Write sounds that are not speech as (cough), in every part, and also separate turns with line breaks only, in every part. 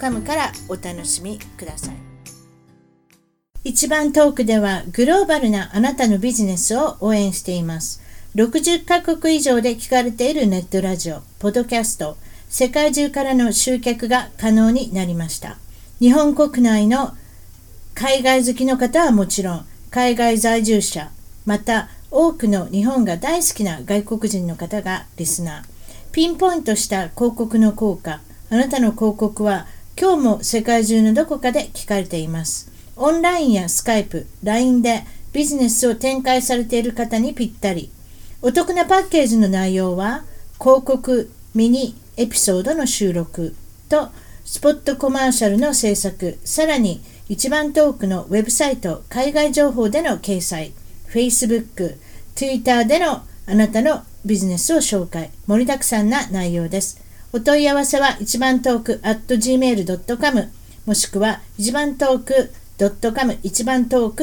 .com からお楽しみください一番トークではグローバルなあなたのビジネスを応援しています60カ国以上で聞かれているネットラジオポッドキャスト世界中からの集客が可能になりました日本国内の海外好きの方はもちろん海外在住者また多くの日本が大好きな外国人の方がリスナーピンポイントした広告の効果あなたの広告は今日も世界中のどこかで聞かれていますオンラインやスカイプ LINE でビジネスを展開されている方にぴったりお得なパッケージの内容は広告ミニエピソードの収録とスポットコマーシャルの制作さらに一番トークのウェブサイト海外情報での掲載 Facebook、Twitter でのあなたのビジネスを紹介盛りだくさんな内容ですお問い合わせは一番トーク at gmail.com もしくは一番トーク .com 一番トー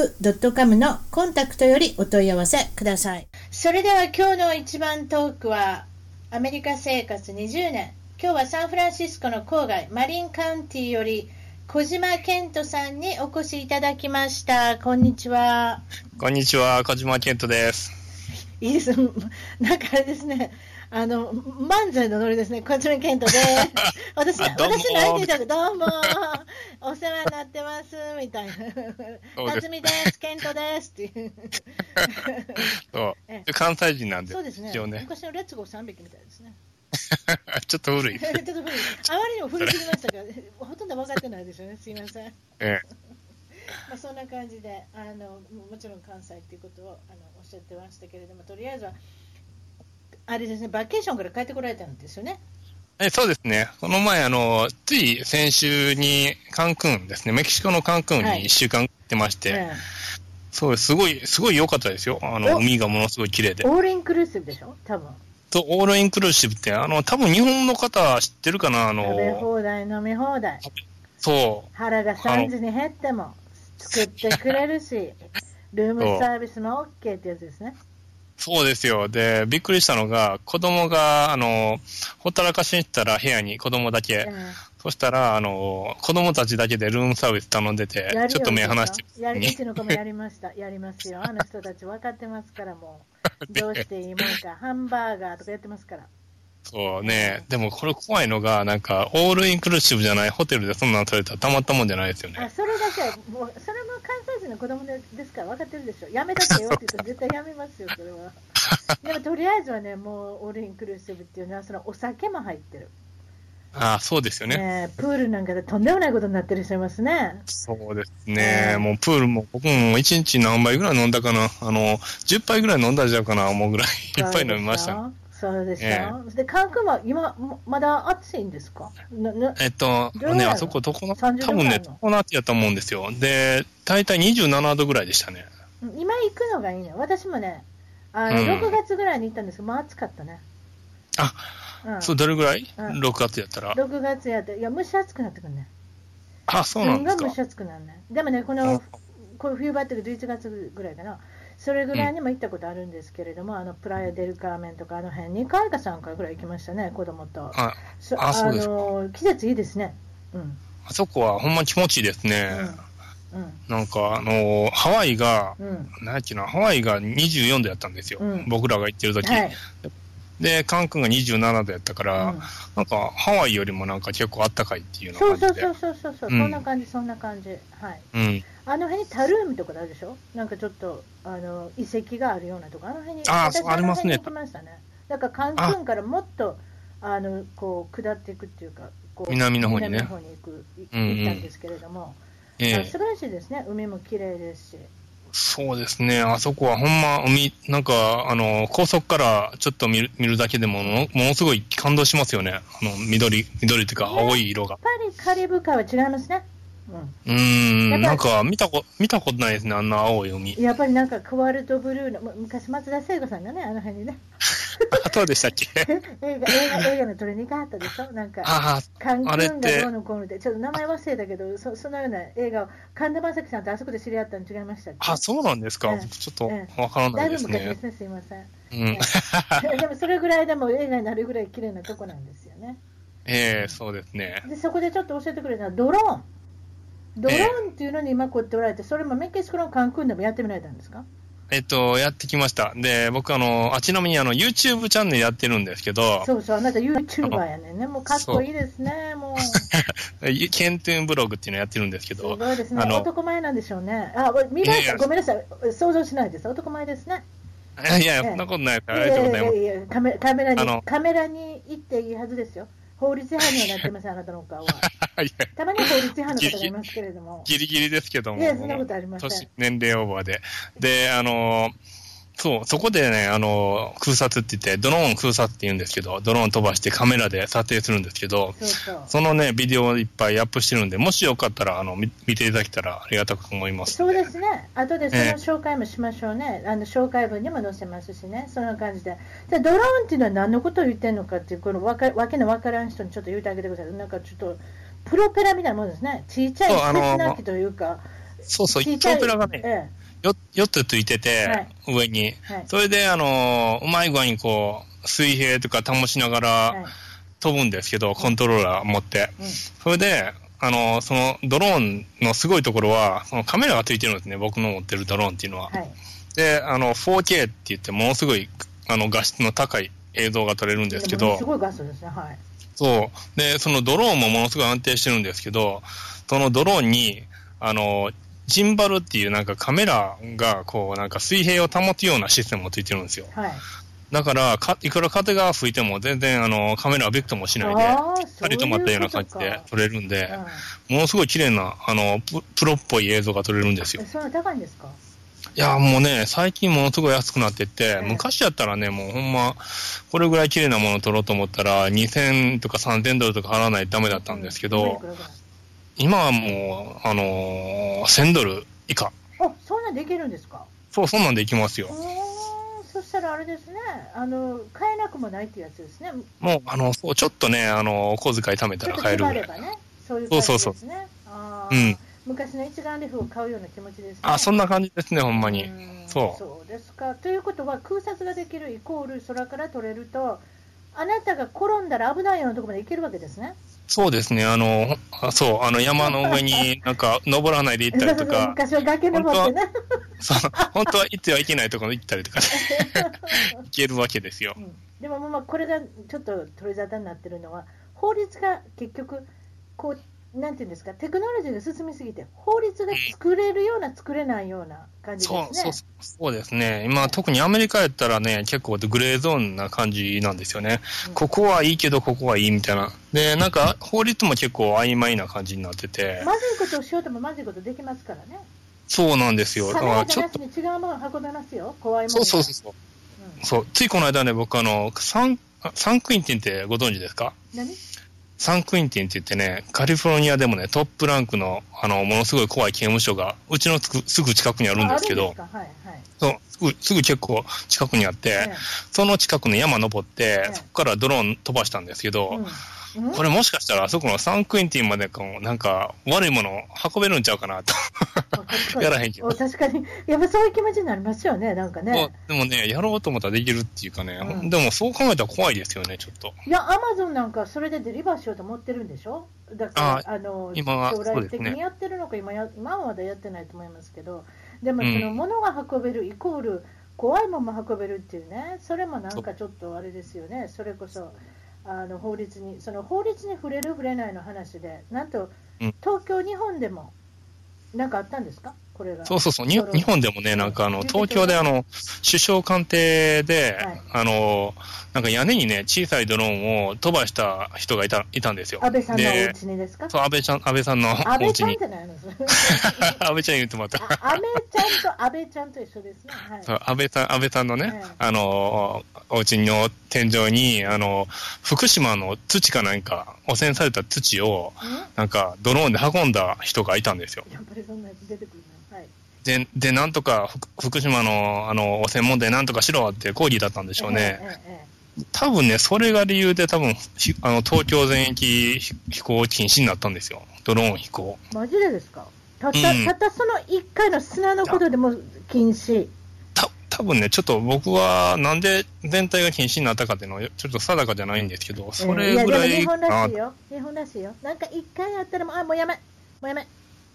ク .com のコンタクトよりお問い合わせくださいそれでは今日の一番トークはアメリカ生活20年今日はサンフランシスコの郊外マリンカウンティより小島健人さんにお越しいただきましたこんにちは
こんにちは、小島健人です。
いいです。 (laughs) なんかあれですね。あの、漫才のノリですね。小島健人 (laughs) で。私、
あどうも
私の相手だけど、どうも。お世話になってます。みたいな。
そうです
辰巳です。健人です。っていう。
そ
え
う関西人なんで、
そう (laughs) ですね
一応。ね。 (laughs)
昔のレッツゴー3匹みたいですね。
ちょっ
(laughs)
と古い。
ちょっと古いあまりにも古すぎましたから、ほとんど分かってないですよね。すいません。
ええ
まあ、そんな感じであのももちろん関西っていうことをあのおっしゃってましたけれどもとりあえずはあれですねバケーションから帰ってこられたんですよね
えそうですね。この前、あの、つい先週にカンクンですね、メキシコのカンクン
はい
に一週間行ってまして、
え
そうです。すごい、すごい良かったですよ。あの、
お
海がものすごい綺麗で
え。オールインクルーシブでしょ多分
と、オールインクルーシブって、あの、多分日本の方知ってるかな、あ
食べ
の、
放題飲み放題
そう。
腹が3時に減っても作ってくれるしルームサービスも OK ってやつですね
そうですよ。で、びっくりしたのが、子供が、あの、ほったらかしにしたら部屋に子供だけ
え、え
そしたら、あの、子供たちだけでルームサービス頼んでて
やるよ、
ちょっと目離して
やる
に
うちの子もやりました、やりますよ、あの人たち分かってますから、も
(laughs)
う、どうしていいもんか、ハンバーガーとかやってますから、
そうね。でもこれ怖いのが、なんか、オールインクルーシブじゃない、ホテルでそんなの取れたらたまったもんじゃないですよ
あ
ね。
それだけはもう、それも関西人の子供でですから分かってるでしょ、やめたってよって言っ
(laughs)
たら、絶対やめますよ、それは。でもとりあえずはね、もうオールインクルーシブっていうのは、そのお酒も入ってる、
ああ、そうですよね。
ねえプールなんかでとんでもないことになってる人いますね、
そうですね。
うん
もうプールも、僕も一日何杯ぐらい飲んだかな。あの、10杯ぐらい飲んだんじゃうかな、思うぐ
(laughs)
らい。いっぱい飲みましたね。
そうでしょ、
ええ
そうでしょ、で、関空は今、もまだ暑いんですか、なな
えっと、
どう
ね、
なの
あそこ、どこの、多
30度
分ね、
ぐらいの
常夏やと思うんですよ。で、大体27度ぐらいでしたね。
今行くのがいいね。私もね、あの、
うん
6月ぐらいに行ったんですけど、まあ暑かったね。
あ、
うん、
そう、どれぐらい、
うん
?6 月やったら。
6月やって、いや、蒸し暑くなってくるね。
あ、そうなんです
すんごい
か
蒸し。暑くなるね。でもね、この、この冬場っていうか11月ぐらいかな。それぐらいにも行ったことあるんですけれども、あの、プライアデルカーメンとか、あの辺、2回か3回ぐらい行きましたね、子供と。
あ
そ
あそうですか
の、季節いいですね。うん。
あそこはほんま気持ちいいですね。
うん。
なんか、あのーハワイが、
うん。うん。
なんやっけな、ハワイが24度やったんですよ。
うん
僕らが行ってる時、
はい。
で、カン君が27度やったから、
うん
なんか、ハワイよりもなんか結構あったかいっていうよう
そ
な
うそう
感じで。
そうそうそう、そんな感じ、そんな感じ。はい。
うん。
あの辺にタルームとかあるでしょなんかちょっとあの遺跡があるようなとこあの辺に
あー
私
そうありますね
あの辺に行きましたねだからカンクンからもっとあのこう下っていくっていうかこう
南の方にね
南の行くい
うんうん
行ったんですけれども、
え
あ
え
素晴らしいですね海も綺麗ですし
そうですね。あそこはほんま、海、なんか、あのー、高速からちょっと見る見るだけでももの、ものすごい感動しますよね。あの、緑、緑っていうか、青い色
や
が
っ。ぱりカリブ海は違いますね。
うーん、なんか見たこ、見たことないですね、あんな青い海
う。ん、やっぱりなんかクワルトブルーの、む昔松田聖子さんがね、あの辺にね、 (laughs)
あ、どうでしたっけ (laughs)
映画映画映画の撮りに行かはったでしょ、なんか。
あ
カンク
あれ
ン
って
がどうのこうので、ちょっと名前忘れたけど、そそのような映画を、神田正輝さんとあそこで知り合ったの違いましたっけ
あ、あ、そうなんですか。
うん
僕ちょっとわか
だ
らない
いぶ
です
昔で
ね
す。ね、すいません。
うん。
(laughs) でもそれぐらいでも映画になるぐらい綺麗なとこなんですよね。
(laughs) ええそうですね。
で、そこでちょっと教えてくれたのはドローン。ドローンっていうのに今こうやっておられて、それもメキシコのカンクンでもやってみられたんですか
えっと、やってきました。で、僕あの、あ、ちなみにあの、YouTube チャンネルやってるんですけど、
そうそう、あなた YouTuber やねんね。もうかっこいいですね。
(laughs)
もう、す
(laughs) ゆケントゥーンブログっていうのやってるんですけど、
ごいですね。
あの
男前なんでしょうね。あ、未来
いやいや
ごめんなさい。想像しないです。男前ですね。
(laughs) いやいや、そんなことないです
い
ありがとうございます。
やいやいやカメカメラ
あ
に
の
カメラに行っていいはずですよ。法律違反にはなってません、あなたのお
(laughs)
顔は。
いや、
たまには法律違反の方がいますけれども。
ギリギリですけども。
いや、そんなことありません。
年、年齢オーバーで。で、あの、そう、そこでね、あの、空撮って言って、ドローン空撮って言うんですけど、ドローン飛ばしてカメラで撮影するんですけど、
そうそう。
そのね、ビデオをいっぱいアップしてるんで、もしよかったら、あの、み見ていただけたらありがたく思います。
そうですね、あとでそ
ええ
の紹介もしましょうね、あの紹介文にも載せますしね、そんな感じで、でドローンっていうのは何のことを言ってるのかっていう、このわかわけのわからん人にちょっと言ってあげてください、なんかちょっと、プロペラみたいなものですね、ちいちゃい
そうあの
切なきというか、
そうそう、
ち
一
いちゃい、
プラがね、
え
よ、4つついてて、
はい
上に。
えはい
それで、あの、うまい具合にこう、水平とか保しなが
はい
ら飛ぶんですけど、コントローラー持って。
うん
それで、あの、そのドローンのすごいところは、そのカメラがついてるんですね、僕の持ってるドローンっていうのは。
はい
で、あの、4K って言って、ものすごい、あの、画質の高い映像が撮れるんですけ
でも
ど
ねす、ごい画素ですね、はい、
そう。で、そのドローンもものすごい安定してるんですけど、そのドローンに、あの、ジンバルっていうなんかカメラがこうなんか水平を保つようなシステムもついてるんですよ。
はい、
だからか、いくら風が吹いても全然あのカメラはびくともしないで、
あー
しっかり止まったような感じ
そういう
で
ことか
撮れるんで、
うん
ものすごい綺麗な、あの、ププロっぽい映像が撮れるんですよ
え。そんな高いんですか、
いや、もうね、最近ものすごい安くなってって、
うん
昔やったらね、もうほんま、これぐらい綺麗なもの撮ろうと思ったら、2000とか3000ドルとか払わないとダメだったんですけ
うんい
ど
く、らいくら
今はもう、あのー1000ドル以下。
あそんなんできるんですか、
そう、そんなんでいきますよ。
おーそしたらあれですねあの、買えなくもないっていうやつですね、
もう、あの、そうちょっとね、あの、お小遣い貯めた
ちょ
ら
っと
買え
気
る
があ
ぐ
れ
らい。
ばね、そういう
そ
感
う
じ
そうそう
ですね。あ
う
ー
ん
昔の一眼レフを買うような気持ちですね。
あ、そんな感じですね、ほんまに。
うん
そう
そうですか。ということは、空撮ができるイコール空から撮れると、あなたが転んだら危ないようなところまで行けるわけですね。
そうですね、あの、あそう、あの、山の上になんか、登らないで行った
(laughs)
りとか、
昔は崖登ってね。
そう、本当は行ってはいけないところに行ったりとか、ね、行けるわけですよ
う。んでも、まあ、これがちょっと取り沙汰になってるのは、法律が結局、こう、なんていうんですか、テクノロジーが進みすぎて、法律が作れるような、作れないような感じです
そ
ね。
うそうそうそうですね、今、特にアメリカやったらね、結構グレーゾーンな感じなんですよね
うん、
ここはいいけど、ここはいいみたいな、でなんか法律も結構曖昧な感じになってて、
まずいことをしようともまずいことできますからね。
そうなんですよ、だ
カ
か
メラ
ら
じ
ち
ゃ
ょっ
なし
と、
に違うものを運べますよ。怖いもの
そう
が。
そうそうそう
うん
そう、ついこの間ね、僕あのサン、サンクインティンってご存知ですか
何
サンクインティンって言ってね、カリフォルニアでもね、トップランクの、あの、ものすごい怖い刑務所が、うちのつくすぐ近くにあるんですけど
あ、あるんですかはいはい。
そうすぐすぐ結構近くにあって、
え
その近くの山登って、
え
そこからドローン飛ばしたんですけど、
えうんうん
これもしかしたらあそこのサンクインティンまでこうなんか悪いものを運べるんちゃうかなと。
確かに
やらへんけど
お確かに。やっぱそういう気持ちになりますよね、なんかね。
(laughs) でもね、やろうと思ったらできるっていうかね、
うん
でもそう考えたら怖いですよね、ちょっと。
いや、アマゾンなんかそれでデリバーしようと思ってるんでしょだから、あの、
今は
将
そう
来
です
的
ね
にやってるのか、今や、今はまだやってないと思いますけど、でも、その、
うん
物が運べるイコール、怖いものも運べるっていうね、それもなんかちょっとあれですよね、それこそ、あの、法律に、その法律に触れる、触れないの話で、なんと
うん、
東京、日本でも、なんかあったんですかこれが。
そうそうそう、に
ドローン
日本でもね、なんかあの、東京であの、首相官邸で、
はい
あの、なんか屋根にね、小さいドローンを飛ばした人がいたいたんですよ。
安倍さんのお
で
家にですか
そう、安倍ちゃん、安倍さんの
安
お
倍
家
ちゃん
に
じ。ゃないの (laughs) それ
(laughs) 安倍ちゃん言ってもらった。
あ安倍ちゃんと安倍ちゃんと一緒ですね。はい
そう安倍さん、安倍さんのね、
ええ
あの、お家の天井に、あの、福島の土かなんか、汚染された土を、
ん
なんか、ドローンで運んだ人がいたんですよ。
やっぱりそんなやつ出てくるな。はい。
で、で、なんとか、福福島の、あの、汚染問題なんとかしろって抗議だったんでしょうね。
ええ。えええ
多分ね、それが理由で多分、ひあの、東京全域ひ飛行禁止になったんですよ。ドローン飛行。
えマジでですかたった、
うん
たったその一回の砂のことでも禁止。
た、多分ね、ちょっと僕は、なんで全体が禁止になったかっていうのは、ちょっと定かじゃないんですけど、それぐ
いやでも
らい
日
か
本
な
らしいよ、日本らしいよ、なんか一回あったらもう、あもうやめ、もうやめ、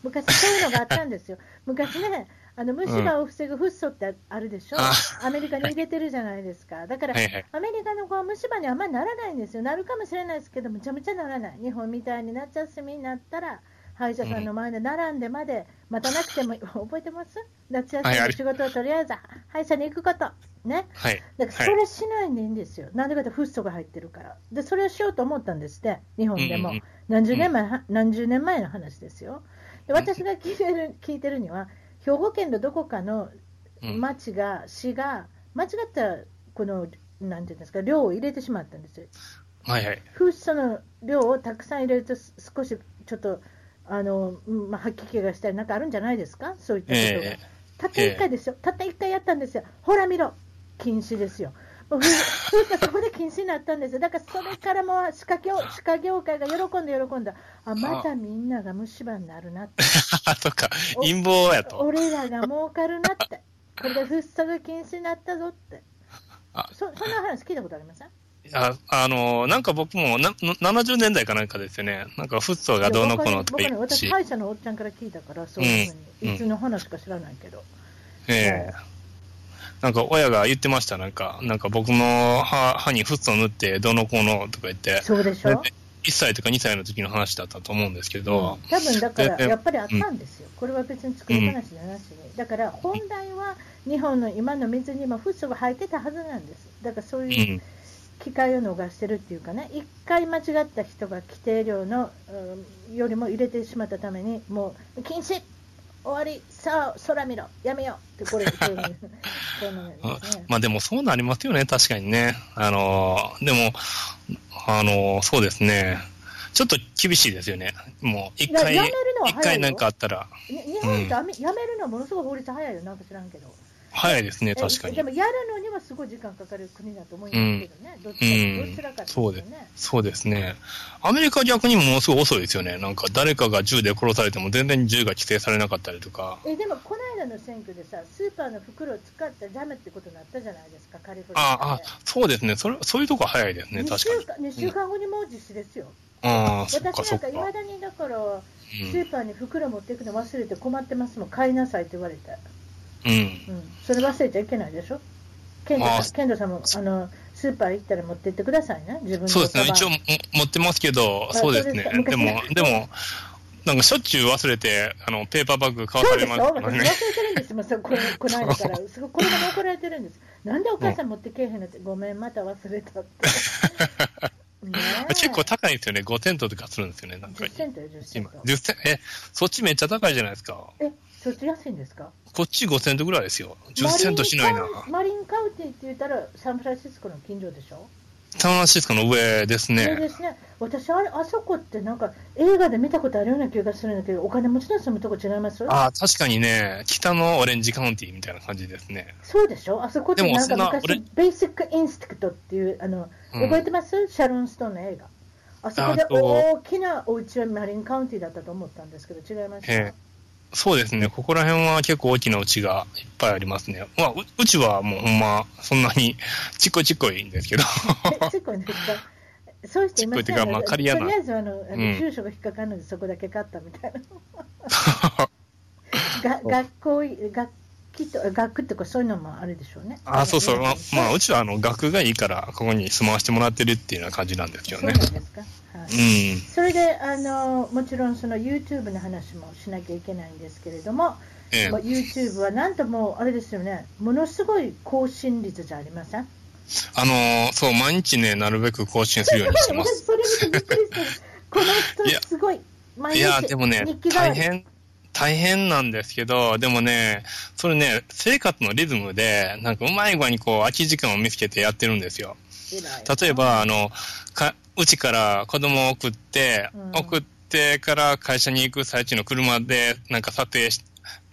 昔、そういうのがあったん
(laughs)
ですよ、昔ね、あの虫歯を防ぐフッ素ってあるでしょ、
あ
アメリカに入れてるじゃないですか、だから、
はいはい
アメリカの子は虫歯にあんまりならないんですよ、なるかもしれないですけど、むちゃむちゃならない、日本みたいになっちゃうしみになったら、歯医者さんの前で並んでまで、待たなくても、 (laughs) 覚えてます夏休みの仕事をとりあえず歯医者に行くこと、ね。
はい。
だからそれしないでいいんですよ、なんでかってフッ素が入ってるから、でそれをしようと思ったんですって、日本でも、
うんうんうん
何十年前、は何十年前の話ですよ。で私が聞いてる聞いてるには、兵庫県のどこかの
うん
町が、市が、間違ったこのなんていうんですか量を入れてしまったんですよ、
はいはい。
フッ素の量をたくさん入れると、す少しちょっとあの、うんまあ、吐き気がしたり、なんかあるんじゃないですか、そういったことが。
え (laughs)
たった1回ですよ、たった1回やったんですよ、ほら見ろ、禁止ですよ。もうふふうさんそこで禁止になったんですよ、だからそれからもう歯科業歯科業界が喜んで喜んだ、あまたみんなが虫歯になるなって、
えそっか、陰謀やと。
俺らが儲かるな
(laughs)
って、これでフッ素が禁止になったぞって
あ、
そそんな話聞いたことありません
ああの、なんか僕もな、70年代かなんかですよね。なんか、フッ素がどうのこうのとか
いや僕ね
言う
私、
し
歯、医者のおっちゃんから聞いたから、そういうふう
うん
に、
うん
いつの話か知らないけど、
ええなんか、親が言ってました。なんか、なんか僕の歯歯にフッ素塗って、どうのこうのとか言って。
そうでしょ。
1歳とか2歳の時の話だったと思うんですけ
うん
ど、
多分だから
で
やっぱりあったんですよ、これは別に作り話じゃなしに、だから本来は日本の今の水にもフッ素が入ってたはずなんです、だからそう
う、
いうん機会を逃してるっていうかね、一回間違った人が規定量の、うんよりも入れてしまったために、もう禁止、終わり、さあ、空見ろ、やめようって、これ、そういうこうなんですね。
(laughs) まあでもそうなりますよね、確かにね。あのー、でも、あのー、そうですね。ちょっと厳しいですよね。もう、一回、
いややめるのは
一
早い
回
よ
なんかあったら、
ね日本ってあめやめるのはものすごい法律早いよ、なんか知らんけど。
早いですね、
え
確かに
で。もやるのにはすごい時間かかる国だと思いますけどね、どっち
うん
かどちらかです
そう
よ
です
ね。
そうですね。アメリカ逆にものすごい遅いですよね。なんか誰かが銃で殺されても全然銃が規制されなかったりとか。
えでもこの間の選挙でさ、スーパーの袋を使ったジャムってことになったじゃないですか、カリフォルニ
あ
ア
あ、そうですね。それ、そういうとこ早いです
で。
ね、
2
確
週
かに。
間 ,2 週間後にもう実施ですよ、
ああ、そ
私
っかそ
なん
っ
か
か。
いまだにだから、ス
うん
ーパーに袋持っていくの忘れて困ってますもん、買いなさいって言われて、
うん。
うん、それ忘れちゃいけないでしょ、ケンド
あ
さん
ー
ケンドさんもあのスーパー行ったら持って行ってくださいね、自分の
そうですね、
カバン
一応も持ってますけど、
あ
そうですね
そうです、か
でも
昔、
でも、なんかしょっちゅう忘れて、あのペーパーバッグ買わ
そ
さ
うで
れ
しょ私
ま
忘
すから
れ
ね。
てるんですもん、
(laughs)
そうこれこの間から、すごいこれが怒られてるんです、なんでお母さん持ってけえへんのって、ごめん、また忘れた
(laughs)
って。ねえ
結構高いんですよね、5セントとかするんですよね、なんか
10。セントよ、10セン
今
ト。
10センえ、そっちめっちゃ高いじゃないですか。
え、そっち安いんですか
こっち5セントぐらいですよ。10セントしないな。
マリンカウンティって言ったら、サンフランシスコの近所でしょ
サンフランシスコの上です
そうで
ね。
すね。私、あれ、あそこってなんか、映画で見たことあるような気がするんだけど、お金持ちの住むとこ違います
ああ、確かにね、北のオレンジカウンティみたいな感じですね。
そうでしょあそこってなんか
でもそんな
昔
俺、
ベーシックインスティクトっていう、あの、
うん
覚えてますシャロン・ストーンの映画。あそこで
あそう
大きなお家はマリンカウンティだったと思ったんですけど、違いました。
ええそうですね、ここら辺は結構大きなうちがいっぱいありますね。まあ、ううちはもうほんま、そんなに (laughs) ちっこいちっこいんですけど。 (laughs)
え (laughs) すごいですかそうしていません
ちっこいっていうかまあ
と
借
り
り
あ
やな
えずあの、あの
うん
住所が引っかかるので、
(laughs)
そこだけ買ったみたいな。が学校い、楽器きと額ってかそういうのもあるでしょうね。
あ、そうそう。まあ、まあ、うちはあの、額がいいから、ここに住まわしてもらってるっていうような感じなんですけど
そうな
ね
ん。ですか。は
う
い。
ん。
それであのもちろんその YouTube の話もしなきゃいけないんですけれども、
ええ
まあ、。YouTube はなんともうあれですよね、ものすごい更新率じゃありません。
あのーそう、毎日ね、なるべく更新するようにしてま
私
す。
それ見てびっくりした。この
いや
人すごい毎
い
日
や、でもね
日記、が
大変、大変なんですけど、でもね、それね、生活のリズムで、なんかうまい具合にこう、空き時間を見つけてやってるんですよ。例えば、あの、か、うちから子供を送って、
うん
送ってから会社に行く最中の車で、なんか撮影し、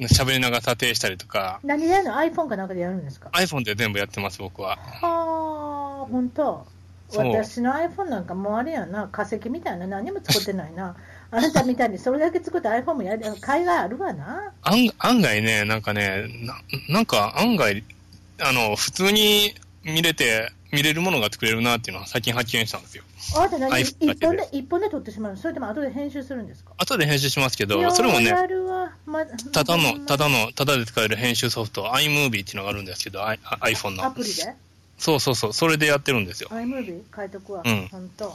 喋りながら撮影したりとか、
何でやるの iPhone かなんかでやるんですか。
iPhone で全部やってます、僕は。
はあ、本当。
そう
私の iPhone なんかもうあれやな、化石みたいな、何も使ってないな。 (laughs) あなたみたいにそれだけ作った iPhone もやる、海外あるわな。
案案外ね、なんかね、ななんか案外、あの、普通に見れて、見れるものが作れるなっていうのは最近発見したんですよ。
あなた何
iPhone だ
一
け
本
で
で、一本で撮ってしまうのそれとも後で編集するんですか
後で編集しますけ
い
ど、
や
それもね、
やるわま
ただの、た
だ
だの、ただで使える編集ソフト、iMovie っていうのがあるんですけど、I- iPhone
ア
の。
プリで
そうそうそう、それでやってるんですよ。
iMovie 変えとくわ、
うん
本当。うん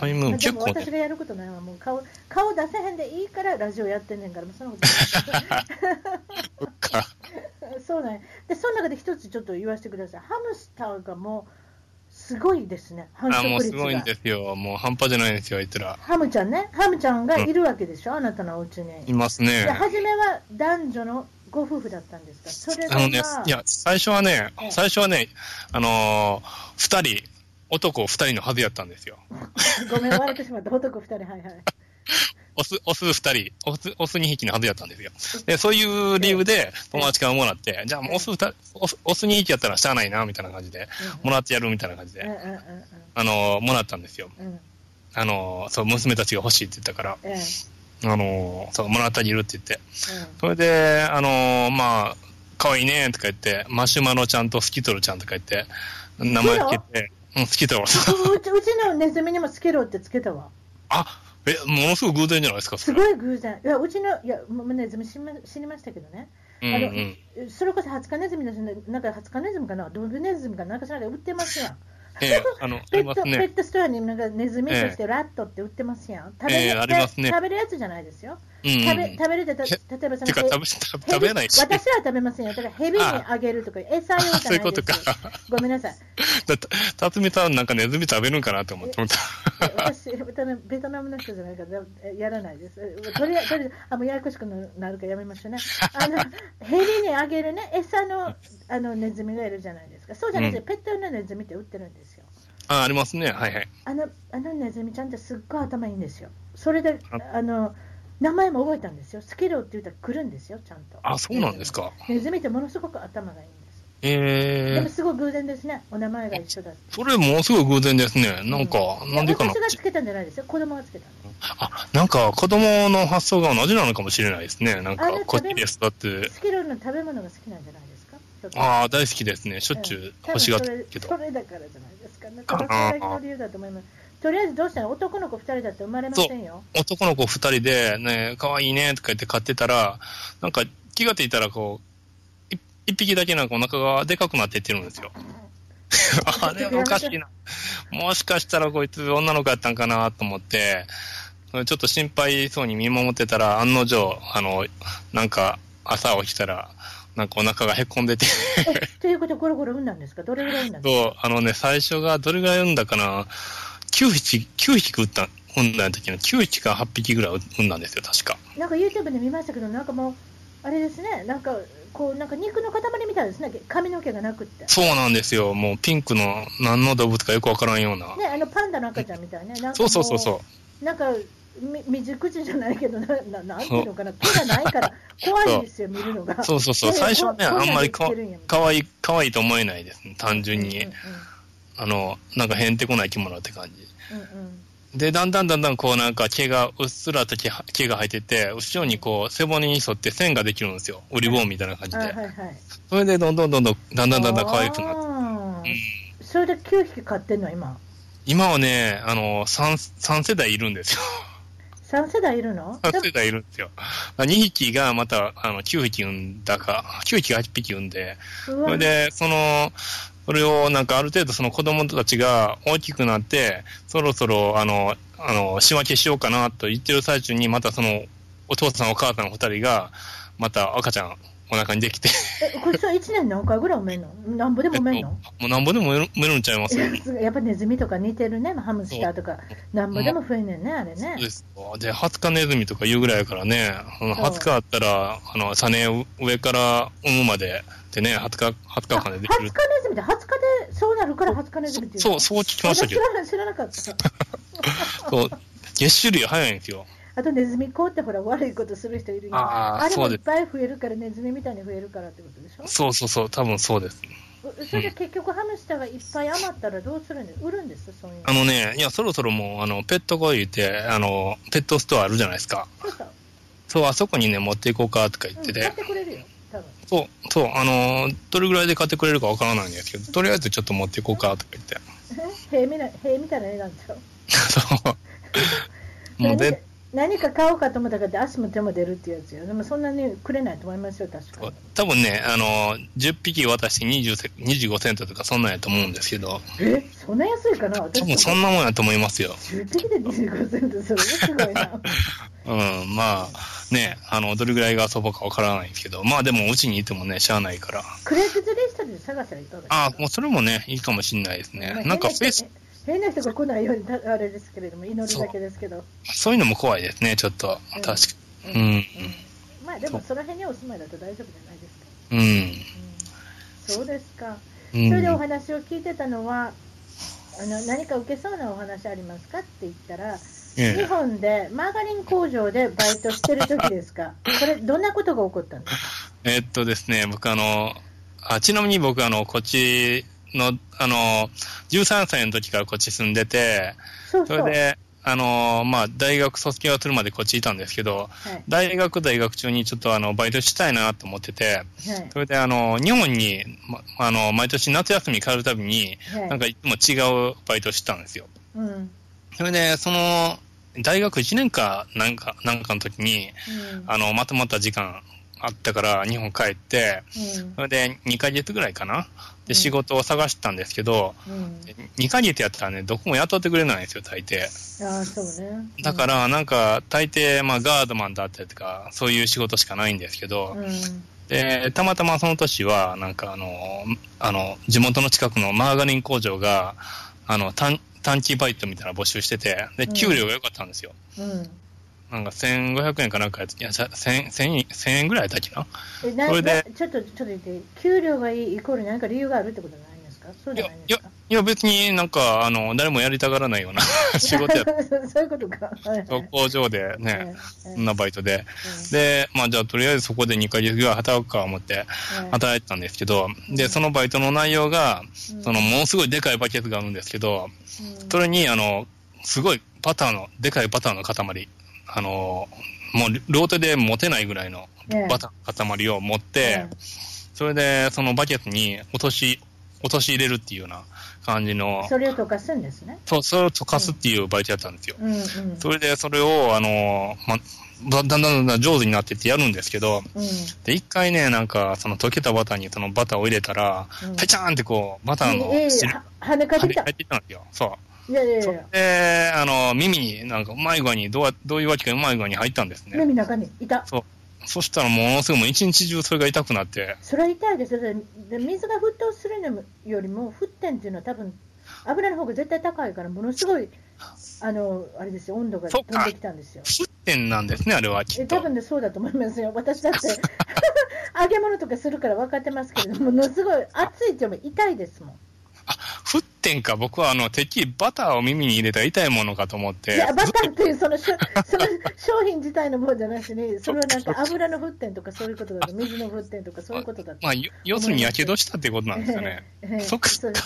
iMovie
でも
結構ね
私がやることないわ、もう顔顔出せへんでいいからラジオやってんねんから、もうそんなこと
か
ない (laughs) そうなんやで、その中で一つちょっと言わせてください、ハムスターがもうすごいですね、繁
あ、
殖
もうす
率
ごいん
が。
ですよ。もう半端じゃないんですよ、あいつら。
ハムちゃんね、ハムちゃんがいるわけでしょ、あなたのお家
い
に。
ます
で、
ね。
初めは男女のご夫婦だったんですか、それ
あ
が、
のね、いや、最初はね
ええ、
最初はね、あのー二人、男二人のはずやったんですよ。
ごめん、笑ってしまった、男2人、はい
(laughs)
はい。
オス、オス二人、オス、オス二匹のはずやったんですよ。で、そういう理由で友達からもらって、じゃあもうオス二人、オス、オス二匹やったらしゃあないな、みたいな感じで、もらってやるみたいな感じ
うんう
で、
んうん
あのーもらったんですよ。
うんうん
あのーそう、娘たちが欲しいって言ったから、
ええ
あのーそう、もらったりいるって言って。
うん
それで、あのーまあ、可愛いねとか言って、マシュマロちゃんとスキトルちゃんとか言って、名前つけて、うん、スキトル。
うちうちのネズミにもつけろってつけたわ。
あ、え、ものすごく偶然じゃないですか、そ
す
れ。
ごい偶然。いや、うちの、いや、もうネズミ死にま死にましたけどね。
うんうん。
それこそハツカネズミですね。なんかハツカネズミかな、ドルネズミかなんかしらで売ってますやん。
ええあの、あ
ペ
り
ッ
ま
ト、
す
ペ
ね。
ットストアになんかネズミと
ええ
してラットって売ってますやん。食べ
ええありますね
食べるやつじゃないですよ。
うん、うん。
食べ食べるでた
へ
例えばその
てか、
へ
食べ、食べないし。
ヘビ私らは食べませんよ。だからヘビにあげるとか餌用じゃないです
そういうことか。 (laughs)
ごめんなさい。
だたつみさんなんかネズミ食べるんかなと思って
(laughs)
思った。
え私ベトナム、ベトナムの人じゃないからえやらないです。えとりあえずとりあえずあもうややこしくなるからやめましょうね。あのヘビにあげるね、餌のあのネズミがいるじゃないですか。そうじゃなくて、
うん
ペット用のネズミって売ってるんですよ。
あ、ありますね。はいはい。
あのあのネズミちゃんってすっごい頭いいんですよ。それで、あの名前も覚えたんですよ。スケローって言ったら来るんですよ、ちゃんと。
あ、そうなんですか。
ネズミってものすごく頭がいいんです。で
え
も
え
すごい偶然ですね、お名前が一緒だって。
それものすごい偶然ですね。なんか、なんでかな
私。がつけたんじゃないですよ、子供がつけたんです
あ、なんか子供の発想が同じなのかもしれないですね。なん
あ
か
れ、
こっちで育って。
スキローの食べ物が好きなんじゃないですかちょっと
ああ、大好きですね。しょっちゅう
多
欲
分
しがって
それ
るけど
そ。れだからじゃないですかなんかどこかだけの理由だと思いますとりあえずどうしたら男の子2人だって生まれませんよ
男の子二人で、ね、可愛いねとか言って買ってたら、なんか気がついたらこう、い一匹だけなんかお腹がでかくなっていってるんですよ。 (laughs) あれおかしいな。もしかしたらこいつ女の子やったんかなと思って、ちょっと心配そうに見守ってたら、案の定、あの、なんか朝起きたら、なんかお腹がへこんでて、
えということはゴロゴロ産んだんですかどれぐらい産んだんです
そう、あのね、最初がどれぐらい産んだかな、9匹、9匹打った、産んだ時の9匹か8匹ぐらい産んだんですよ、確か。
かなんか YouTube で見ましたけどなんかもうあれですねなんかこうなんか肉の塊みたいですね髪の毛がなくって
そうなんですよ、もうピンクの何の動物かよくわからんような。
ねあのパンダの赤ちゃんみたいねなんかも
そうそうそうそう。
なんかみ未熟児じゃないけどなななんていうのかな手がないから怖いんですよ見るのが
そうそうそう。
いやいや
最初はね、
こ
あ
こ
んまりか
こんなんで売ってるんや
かわいい、かわいいと思えないですね、単純
うん
に
うん。
あの、なんかへんてこない生き物って感じ。
うんうん
で、だんだんだんだんこうなんか毛が、うっすらと毛は毛が生えてて、後ろにこう背骨に沿って線ができるんですよ。オリボンみたいな感じ
あはい
で。
はい。
それでどんどんどんどん、だんだんだんだん可愛くなって。
な
うん
それで9匹飼ってんの今 (laughs)
今はね、あの、3、三世代いるんですよ。
3世代いるの
3世代いるんですよ。2匹がまた、あの、9匹産んだか、9匹が8匹産んで、
う
そ
わ
れで、その、それをなんかある程度その子供たちが大きくなって、そろそろあの、あの、仕分けしようかなと言ってる最中に、またその、お父さんお母さん二人が、また赤ちゃんお腹にできて、
え、こいつは1年何回ぐらい産めんのなんぼでも産めんの
(laughs) もうなんぼでも産めるんちゃいますよ。
(laughs) やっぱネズミとか似てるね、ハムスターとか、なんぼでも増えんねんね、あれね
そう。ですよで、20日ネズミとか言うぐらいやからね、あの20日あったら、あの、サネ上から産むまででね、20日、20
あ
日間で
20日
でき
ネ
る。
ズミって、20日でそうなるから20日ネズミっていう
そう、
う、
そう聞きました
私
け
知
ど、
らな知らなかった。
そう、月種類早いんですよ。
あとネズミ講ってほら、悪いことする人いるよ。
あー
あれも
そう
いっ
です
ぱい増えるから、ネズミみたいに増えるからってことでしょ
そうそうそう、多分そうです。
それで結局ハムスターがいっぱい余ったらどうするんです売るんですそういうの
あのね、いや、そろそろもう、あの、ペットコイって、あの、ペットストアあるじゃないですか。
そうそう、
そう、あそこにね、持っていこうかとか言っ
う
て
ん、買
て
っ、てくれるよ多分 (laughs)
そう、そう、あの、どれぐらいで買ってくれるかわからないんですけど、とりあえずちょっと持っていこうかとか言って。 (laughs)
え塀みな塀みたいな絵なんでしょ
そう。も
何
うで
か、何か買おうかと思ったから足も手も出るっていうやつよでもそんなにくれないと思いますよ確かに
多分ね、あの、10匹渡して20セ25セントとかそんなんやと思うんですけど、
えそんな安いかな私
多分そんなもんやと思いますよ。
10匹で25セントそれすごい
(laughs)
な
うん、まあ、ね、あの、どれぐらいが遊ぼうかわからないんですけど、まあでも、うちにいてもね、しゃあないから。
クレーズリストで探したらいかがですか
あもうそれもね、いいかもしんないですね。なんか、フェイス、
変な人が来ないようにたあれですけれども祈るだけですけど
そういうのも怖いですね、ちょっと。
うん
確か
う
に。うん。
まあでもその辺にお住まいだと大丈夫じゃないですか
うん。
うんそうですか。
う
そ
ん
れでお話を聞いてたのは、あの何か受けそうなお話ありますかって言ったら、
え
日
え
本でマーガリン工場でバイトしてる時ですか。これどんなことが起こったんですか。
えっとですね、僕あの、あ、ちなみに僕あの、こっちの、あの、13歳の時からこっち住んでて、
そう
そ
そう。
れで、あの、まあ、大学卒業するまでこっちいたんですけど、
はい
大学在学中にちょっとあの、バイトしたいなと思ってて、
はい
それであの、日本に、ま、あの、毎年夏休み帰るたびに、
はい
なんかいつも違うバイトしてたんですよ。
うんうん
それで、その、大学1年かなんか、なんかの時に、あの、まとまった時間あったから、日本帰って、それで2ヶ月ぐらいかな
うん
で、仕事を探したんですけど、
うんうん。
2ヶ月やったらね、どこも雇ってくれないんですよ、大抵。
ああそうね。。
だからら、なんか、大抵、まあ、ガードマンだったりとか、そういう仕事しかないんですけど
う、ん
で、たまたまその年は、なんか、あの、あの、地元の近くのマーガリン工場が、あの、短短期バイトみたいなの募集してて、で、
うん
給料が良かったんですよ。
うん。
なんか1500円かなんかやつ、いや、1000 1000 1000円ぐらいやったっけな
えな
それで
なちょっとちょっと言って給料がいいイコール何か理由があるってことないんですか。そう
い
じゃ
や
ないん、
い
で
や
すか。、
いや別になんか、あの、誰もやりたがらな
(laughs)
いような仕事やった。
そういうことか。はいはい
工場でね、
うん
そんなバイトで。
うん
で、まあじゃあとりあえずそこで2ヶ月ぐらい働くか思って
うん
働いてたんですけど、で、そのバイトの内容が、そのものすごいでかいバケツがあるんですけど、
うん
それにあの、すごいバターの、でかいバターの塊、あの、もう両手で持てないぐらいのバターの塊を持って、それでそのバケツに落とし、落とし入れるっていうような感じの、
それを溶かすんですね。
そう、それを溶かすっていうバイトやったんですよ。
うんうん。
それで、それを、あの、ま、だんだんだんだん上手になってってやるんですけど、
うん
で、一回ね、なんか、その溶けたバターにそのバターを入れたら、
うん
ぺちゃーんってこう、バターの
ええ
汁
は跳ね返って
が
きた
入。ってきたんですよ。そ。
いやいやいうや
それで、あの、耳になんかうまい具合に、どうやどういうわけかうまい具合に入ったんですね。
耳の中にいた。
そしたらものすごいもう一日中それが痛くなって、
それは痛いですよ。だって水が沸騰するのよりも沸点っていうのは多分油の方が絶対高いからものすごいあのあれですよ温度が
そっ
飛
か
んできたんですよ。
沸点なんですね、あれはき
え
っと。
多分ねそうだと思いますよ。私だって
(laughs)
揚げ物とかするから分かってますけれどもものすごい熱いっていうのも痛いですもん。
沸点か、僕はあの、てっきりバターを耳に入れたら痛いものかと思って。
いや、バターっていうそのしょ
(laughs)
その商品自体のものじゃなしに、それはなんか油の沸点とかそういうことだと、水の沸点とかそういうことだと。
まあ、よ要するに火傷したってことなんですかね。
(laughs) ええ
そっか
う
(laughs)
です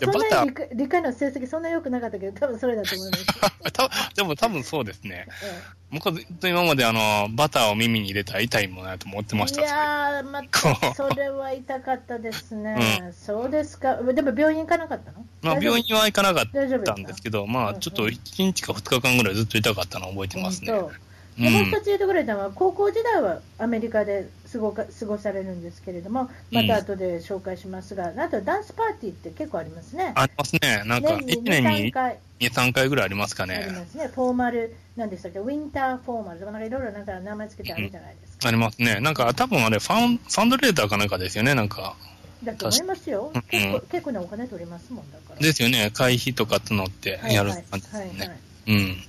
私そ
バ
んな
ター
に理科
(laughs)
理科の成績そんな良くなかったけど、多分それだと思います。
たでも多分そうですね。
え
僕はずっと今まであの、バターを耳に入れたら痛いもんやと思ってました
い。やー、またそれは痛かったですね、そうですか、でも病院行かなかったの
まあ、
大丈夫
病院は行かなかっ
大丈夫です
た
か
んですけど、まあ、ちょっ
うん
と
うん
1日か2日間ぐらいずっと痛かったのを覚えてますね。
本当
う
で
ん
もう一つ言ってくれたのは、高校時代はアメリカで過ごか過ごされるんですけれども、また後で紹介しますが、あとダンスパーティーって結構ありますね。
ありますね。なんか、
年
1
に2、
年
3
に
回
2、3回ぐらいありますか
ありま
ね。
すね、フォーマル、なんでしたっけ、ウィンターフォーマルとか、なんかいろいろなんか名前つけてあるじゃないですか。
ありますね。なんか、多分あれ、ファン、ファンドレーターかなんかですよね、なんか。
だと思いますよ
うん、
結構結構ね、お金取りますもんだから。
ですよね。会費とか募って
はい
や
はい
る
はい
感じですよ
は
ね。
い
うん。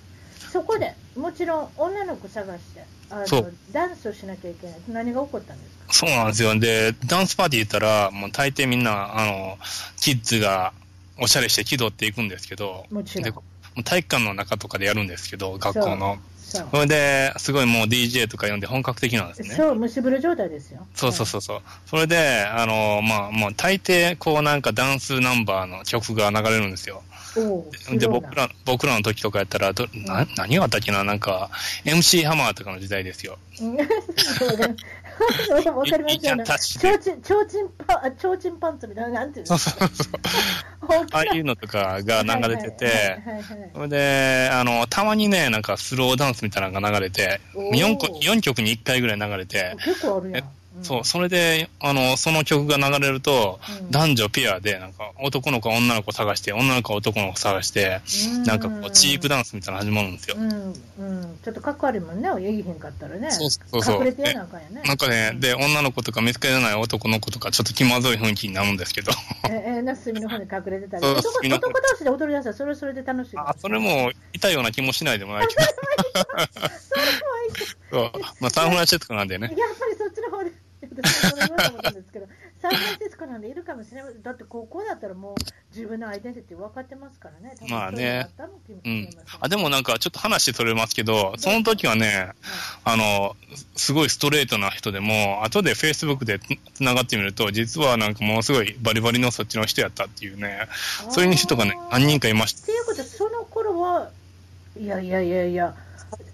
そこでもちろん女の子探してあ
そ
の
う
ダンスをしなきゃいけない何が起こったんですか
そうなんですよ。で、ダンスパーティー行ったら、もう大抵みんな、あの、キッズがおしゃれして気取っていくんですけど、
もちろ
で
ん
もう体育館の中とかでやるんですけど、学校の。
そう
それで、すごいもう DJ とか呼んで本格的なんですね。
そう蒸しぶる状態ですよ
そうそうそうそう。それで、あの、まあ、もう大抵、こうなんかダンスナンバーの曲が流れるんですよ。
うんおうすごい
で、
な
僕ら、僕らの時とかやったら、どな何があったっけななんか、MC ハマーとかの時代です
(laughs)
よ。
うんわかります
いいじ
よ
ゃ
ね
んタッチ
ちょ
で
うちんちょうちんパンあちょうちんパンツみたいななんていうの
そうそうそう。
大き
あ
な
あいうのとかが流れてて、
はいはいはいはい
それで、あの、たまにね、なんかスローダンスみたいなのが流れて、
おー
4, 個4曲に1回ぐらい流れて、
結構あるやん、ん
そう、それで、あの、その曲が流れると、
うん
男女ペアで、なんか、男の子は女の子を探して、女の子は男の子を探して、
うん
なんかこう、チープダンスみたいなの始まるんですよ
う。んうんちょっとかっこ悪いもんね言いへんかったらね
そうそうそう
隠れてやなあかんやね
なんかね、で、女の子とか見つけられない男の子とか、ちょっと気まずい雰囲気になるんですけど、
ええなすみの方に隠れてたり
そう
男
隅の方
男同士で踊り出したらそれはそれで楽しい
あ、それも、いたような気もしないでもないけど、
(laughs)
そうまあ、サンフランシスコなん
(laughs)
でね。
やっぱりそっちの方で私もそれぐらい思ったんです
(laughs)
けどサンフランシスコなんでいるかもしれないだって高校だったらもう自分のアイデンティティ分かってますからね
まあね
多分そう
う
いうんのがあったのかもしれません
あでもなんかちょっと話それますけど、その時はね、あの、すごいストレートな人でも、後で Facebook でつつながってみると、実はなんかものすごいバリバリのそっちの人やったっていうね、そういう人がね
あ、ー
何人かいまし
っていうことはその頃はいやいやいやいや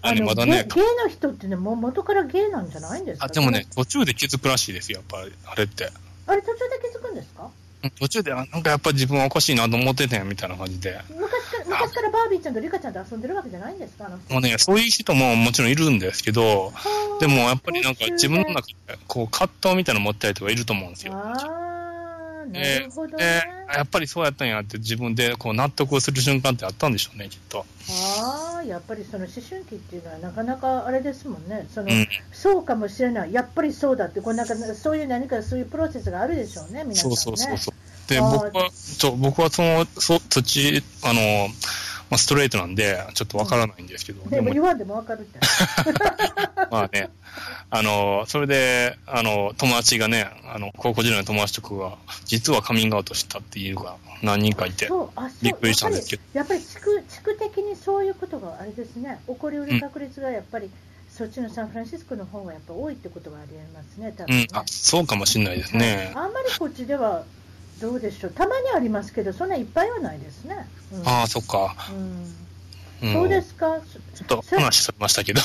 あ
あね
の、
まだね
ゲゲイの人ってねもう元からゲイなんじゃないんです
た。
か
あ、でもね、途中で気づくらしいですよ、やっぱり、あれって。
あれ途中で気づくんですか
うん途中で、あなんかやっぱ自分はおかしいなと思ってたんやみたいな感じで。
昔から昔からバービーちゃんとリカちゃんと遊んでるわけじゃないんですかあの人
もうね、そういう人ももちろんいるんですけど、でもやっぱりなんか
途中で
自分の中で、こう、葛藤みたいなの持ったりとかいると思うんですよ。
ああ、な
で
るほど
で
ね。
やっぱりそうやったんやって自分でこう納得する瞬間ってあったんでしょうねきっと、
ああ、やっぱりその思春期っていうのはなかなかあれですもんね。その、
うん
そうかもしれない。やっぱりそうだって、こうなんかそういう何かそういうプロセスがあるでしょうね。皆さん
そう
ね。
そうそうそうで
あー
僕はそう僕はそのそ土あの、まあ、ストレートなんでちょっとわからないんですけど、
で
で
も
も
言わんでもわかるっ
(laughs)
て。
まあねあのそれであの友達がねあの高校時代の友達とかが実はカミングアウトしたっていうのが何人かいて
そう、あ、そう。
びっくりしたんですけど
やっぱりやっぱり地区地区的にそういうことがあれですね。起こりうる確率がやっぱり、そっちのサンフランシスコの方がやっぱ多いってことがありますね。多
う
分ね
ん、あそうかもしれないですね、
はいあんまりこっちではどうでしょう、たまにありますけど、そんないっぱいはないですね。うん
ああそっか、
うん
うん、
そうですか、
ちょっと話されましたけど
い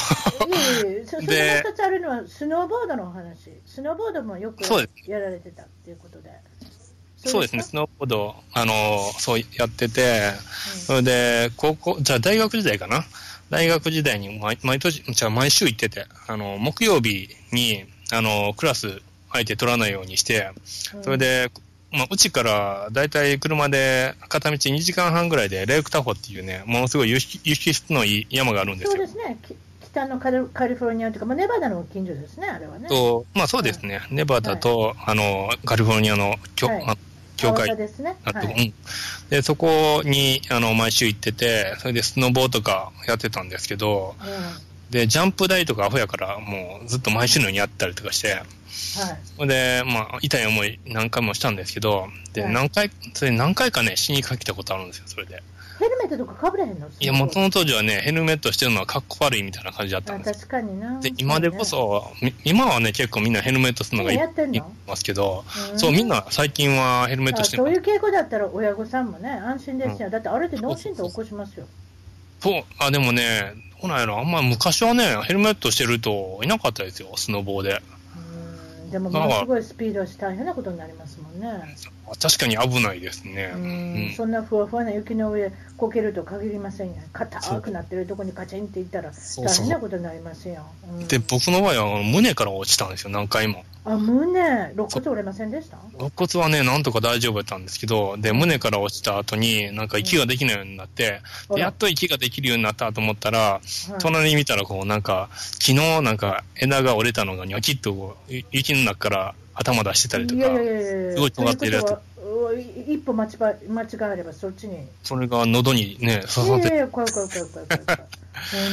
(laughs)
えいえ、そそれ
で
もう一つあるのは、スノーボードのお話、スノーボードもよく
そうで
やられてたっていうことで、
(laughs) そうですね、スノーボード、あのーそうやってて、
す
それで、高校、じゃあ大学時代かな。大学時代に毎毎年、じゃあ毎週行ってて、あの、木曜日に、あの、クラス相手取らないようにして、
か
それ、で、まあ、うちからだいたい車で片道2時間半ぐらいでレイクタホっていうね、ものすごい雪雪質のいい山があるん
うん
です
そう
よ
で。すね、き北のカリカリフォルニアというか、まあ、ネバダの近所ですね、あれはね、
と、まあそうですね、ネバダと、あの、カリフォルニアの教,、
はい
あ教会
青田ですね、
あと、
は
うん。で、そこに、あの、毎週行ってて、それでスノボーとかやってたんですけど、
うんは
で、ジャンプ台とかアホやから、もうずっと毎週のようにやったりとかして、ほんで、まあ、痛い思い何回もしたんですけど、で、
はい
何回、それ何回かね、死にかけたことあるんですよ、それで。
い、ヘルメットとかかぶれへんの
いや、もうそ
あ
の当時はね、ヘルメットしてるのはかっこ悪いみたいな感じだったんですよ。
確かにな、
で、今でこそ、み今はね、結構みんなヘルメットする
そ
の
う
が
ね、
い
やってん
い
の
ますけど、
うん
そう、みんな最近はヘルメットして
あ
る
そういう傾向だったら親御さんもね、安心ですよ、だってあれで脳震盪起こしますよ。
そう、あ、でもね、どうなんやろ、あんま昔はね、ヘルメットしてるといなかったですよ、スノボーで。
うんでもものすごいスピードして大変なことになりますもんね。
確かに危ないですね。
う
うん
ん、そんなふわふわな雪の上こけると限りませんやん。硬くなってるとこにカチンっていったら
そう
大
そう
変なことになりますよ。うん
で、僕の場合は胸から落ちたんですよ、何回も。
あ胸肋骨折れませんでした？
肋骨はね、なんとか大丈夫だったんですけど、で、胸から落ちた後に、なんか息ができないようになって、
あ
で
ら
やっと息ができるようになったと思ったら、
はい
隣見たら、こう、なんか、昨日なんか枝が折れたのがニョキッとこう、い雪の中から頭出してたりと
い
か
やい、やいやいや
すごい尖ってるやつ
ということはうい一歩間違え間違えればそっちに。
それが喉にね、刺さっ
いやい
て、
や、怖い怖い怖い怖い怖い怖い。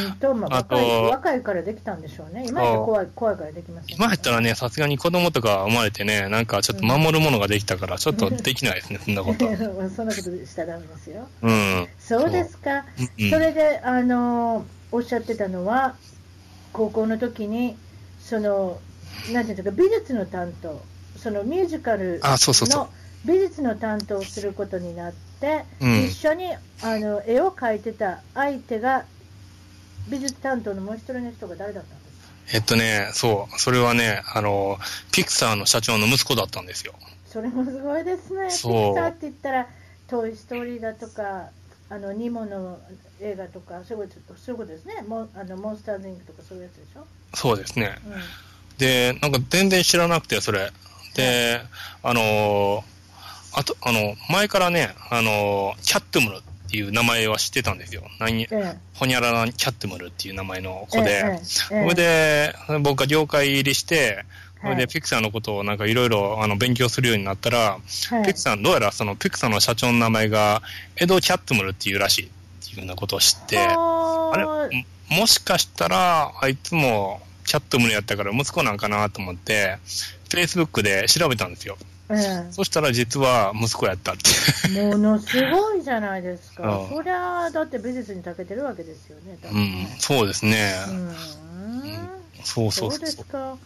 本当、まあ、
あと
若い若いからできたんでしょうね。今やったら怖い怖いからできます、ね。
今やったらね、さすがに子供とか生まれてね、なんかちょっと守るものができたから、ちょっとできないですね、そんなこと。
(laughs) そんなことしたらダメですよ。
うん。
そうですか。
うん
それで、あの、おっしゃってたのは、高校の時に、その、なんていうんですか、美術の担当、そのミュージカル
あそうそうそう
の美術の担当をすることになって、
うん
一緒にあの絵を描いてた相手が、美術担当のもう一人の人が誰だったんですか
えっとね、そう、それはね、あの、ピクサーの社長の息子だったんですよ。
それもすごいですね。ピクサ
そう
ーって言ったら、トイ・ストーリーだとか、あのニモの映画とか、そういうことそういうことですね。モンあのモンスターズ・インクとかそういうやつでしょ。
そうですね。
うん
で、なんか全然知らなくて、それ。で、あのーあと、あの、前からね、あのーキャットムルっていう名前は知ってたんですよ。何、
え
ほにゃららキャットムルっていう名前の
え
子で。
ええ
それで、僕が業界入りして、それ
は
で、
い
ピクサーのことをなんかいろいろあの勉強するようになったら、
はい
ピクサーの、どうやらそのピクサーの社長の名前が、エド・キャットムルっていうらしいっていうようなことを知って、
は
あれ
ー
ももしかしたら、あいつもキャットムルやったから息子なんかなと思って、Facebook で調べたんですよ。
う
そしたら実は息子やったって。
ん、ものすごいじゃないですか
う。ん
そりゃ、だって美術に長けてるわけですよね。多
う
分
ん
ね、
そうですね。
うん。
そう
そ
そう
う
そう
ですか。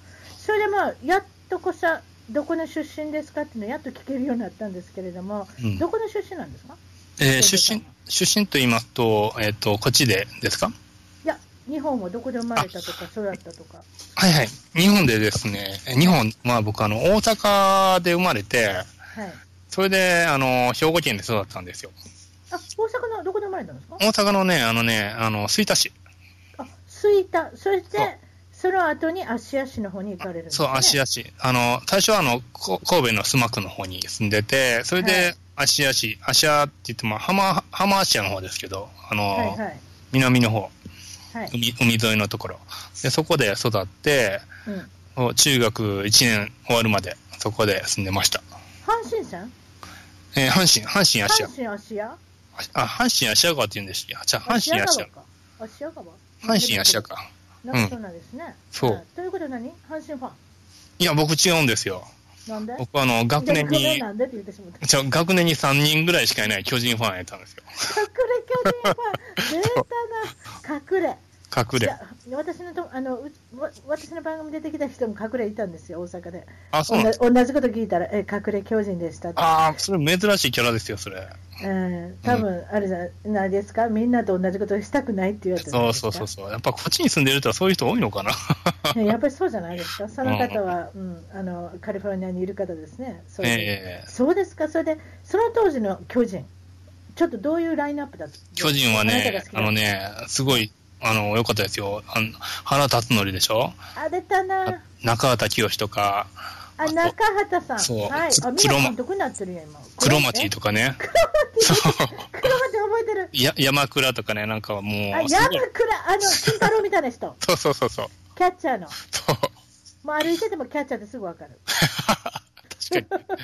それでまあ、やっとこさ、どこの出身ですかっていうのやっと聞けるようになったんですけれども、
うん
どこの出身なんですか
えー出身、出身と言いますと、えっ、と、こっちでですか
いや、日本はどこで生まれたとか、育ったとか。
はいはい。日本でですね、え日本、まあ僕あの、大阪で生まれて、
はい。
それで、あの、兵庫県で育ったんですよ。
あ、大阪のどこで生まれたんですか
大阪のね、あのね、あの、吹田市。
あ、吹田。そし
そう
て、その後に芦屋市の方に行かれるんです、
そ
ね、
う、芦屋市。あの、最初はあの、こ神戸の須磨区の方に住んでて、それ
は
で
い、
芦屋市、芦屋って言っても、浜、浜芦屋の方ですけど、あの、
はいはい。
南の方、
はい。
海、海沿いのところ。で、そこで育って、
うん。
お中学1年終わるまで、そこで住んでました。
阪神さん
えー阪神、阪神芦屋
阪。神芦屋
あ、阪神芦屋川って言うんですよ。じゃあ、阪神芦
芦
屋
屋。川か。芦屋川
阪神芦屋。か。
なんかそうなんですね。
そう
あ。ということは何阪神ファン。
いや、僕違うんですよ。
なんで
僕あの、学年
じゃあ
に、
なんでって言ってしま
(laughs)
った。
じゃあ学年に3人ぐらいしかいない巨人ファンやったんですよ。
隠れ巨人ファン。出たな。隠れ。
隠
い
れ
や。私のとあのうわ私の番組出てきた人も隠れいたんですよ、大阪で。
あ、そう
おん
なんで
な同
す。
じこと聞いたら、え隠れ巨人でしたって。
ああ、それ珍しいキャラですよ、それ。
うん、多分あれじゃないですか、みんなと同じことしたくないっていうやつじゃないで
そう
す
そ
か
うそうそう。やっぱこっちに住んでるとそういう人多いのかな。
ねやっぱりそうじゃないですか、その方は、うん、あのカリフォルニアにいる方ですね、そうです
ええ
そうですか、それで、その当時の巨人、ちょっとどういうラインナップだった
巨人はね、あの、ね、すごい、あの、良かったですよ。あの原辰徳でしょ
あなたが好きだあ出たな、
中畑清とか、
あ中畑さん、
そう
はい、
つ
あみん
黒
な
ま
監督になってるやん、今、
黒町
と
とかね、
(laughs) 黒町覚えてる、
や山倉とかね、なんかも
あ
う、す
山
ごい
倉、あの金太郎みたいな人、
そうそうそうそう。
キャッチャーの、
そう。 (laughs)
もう歩いててもキャッチャーってすぐわかる、
確かに。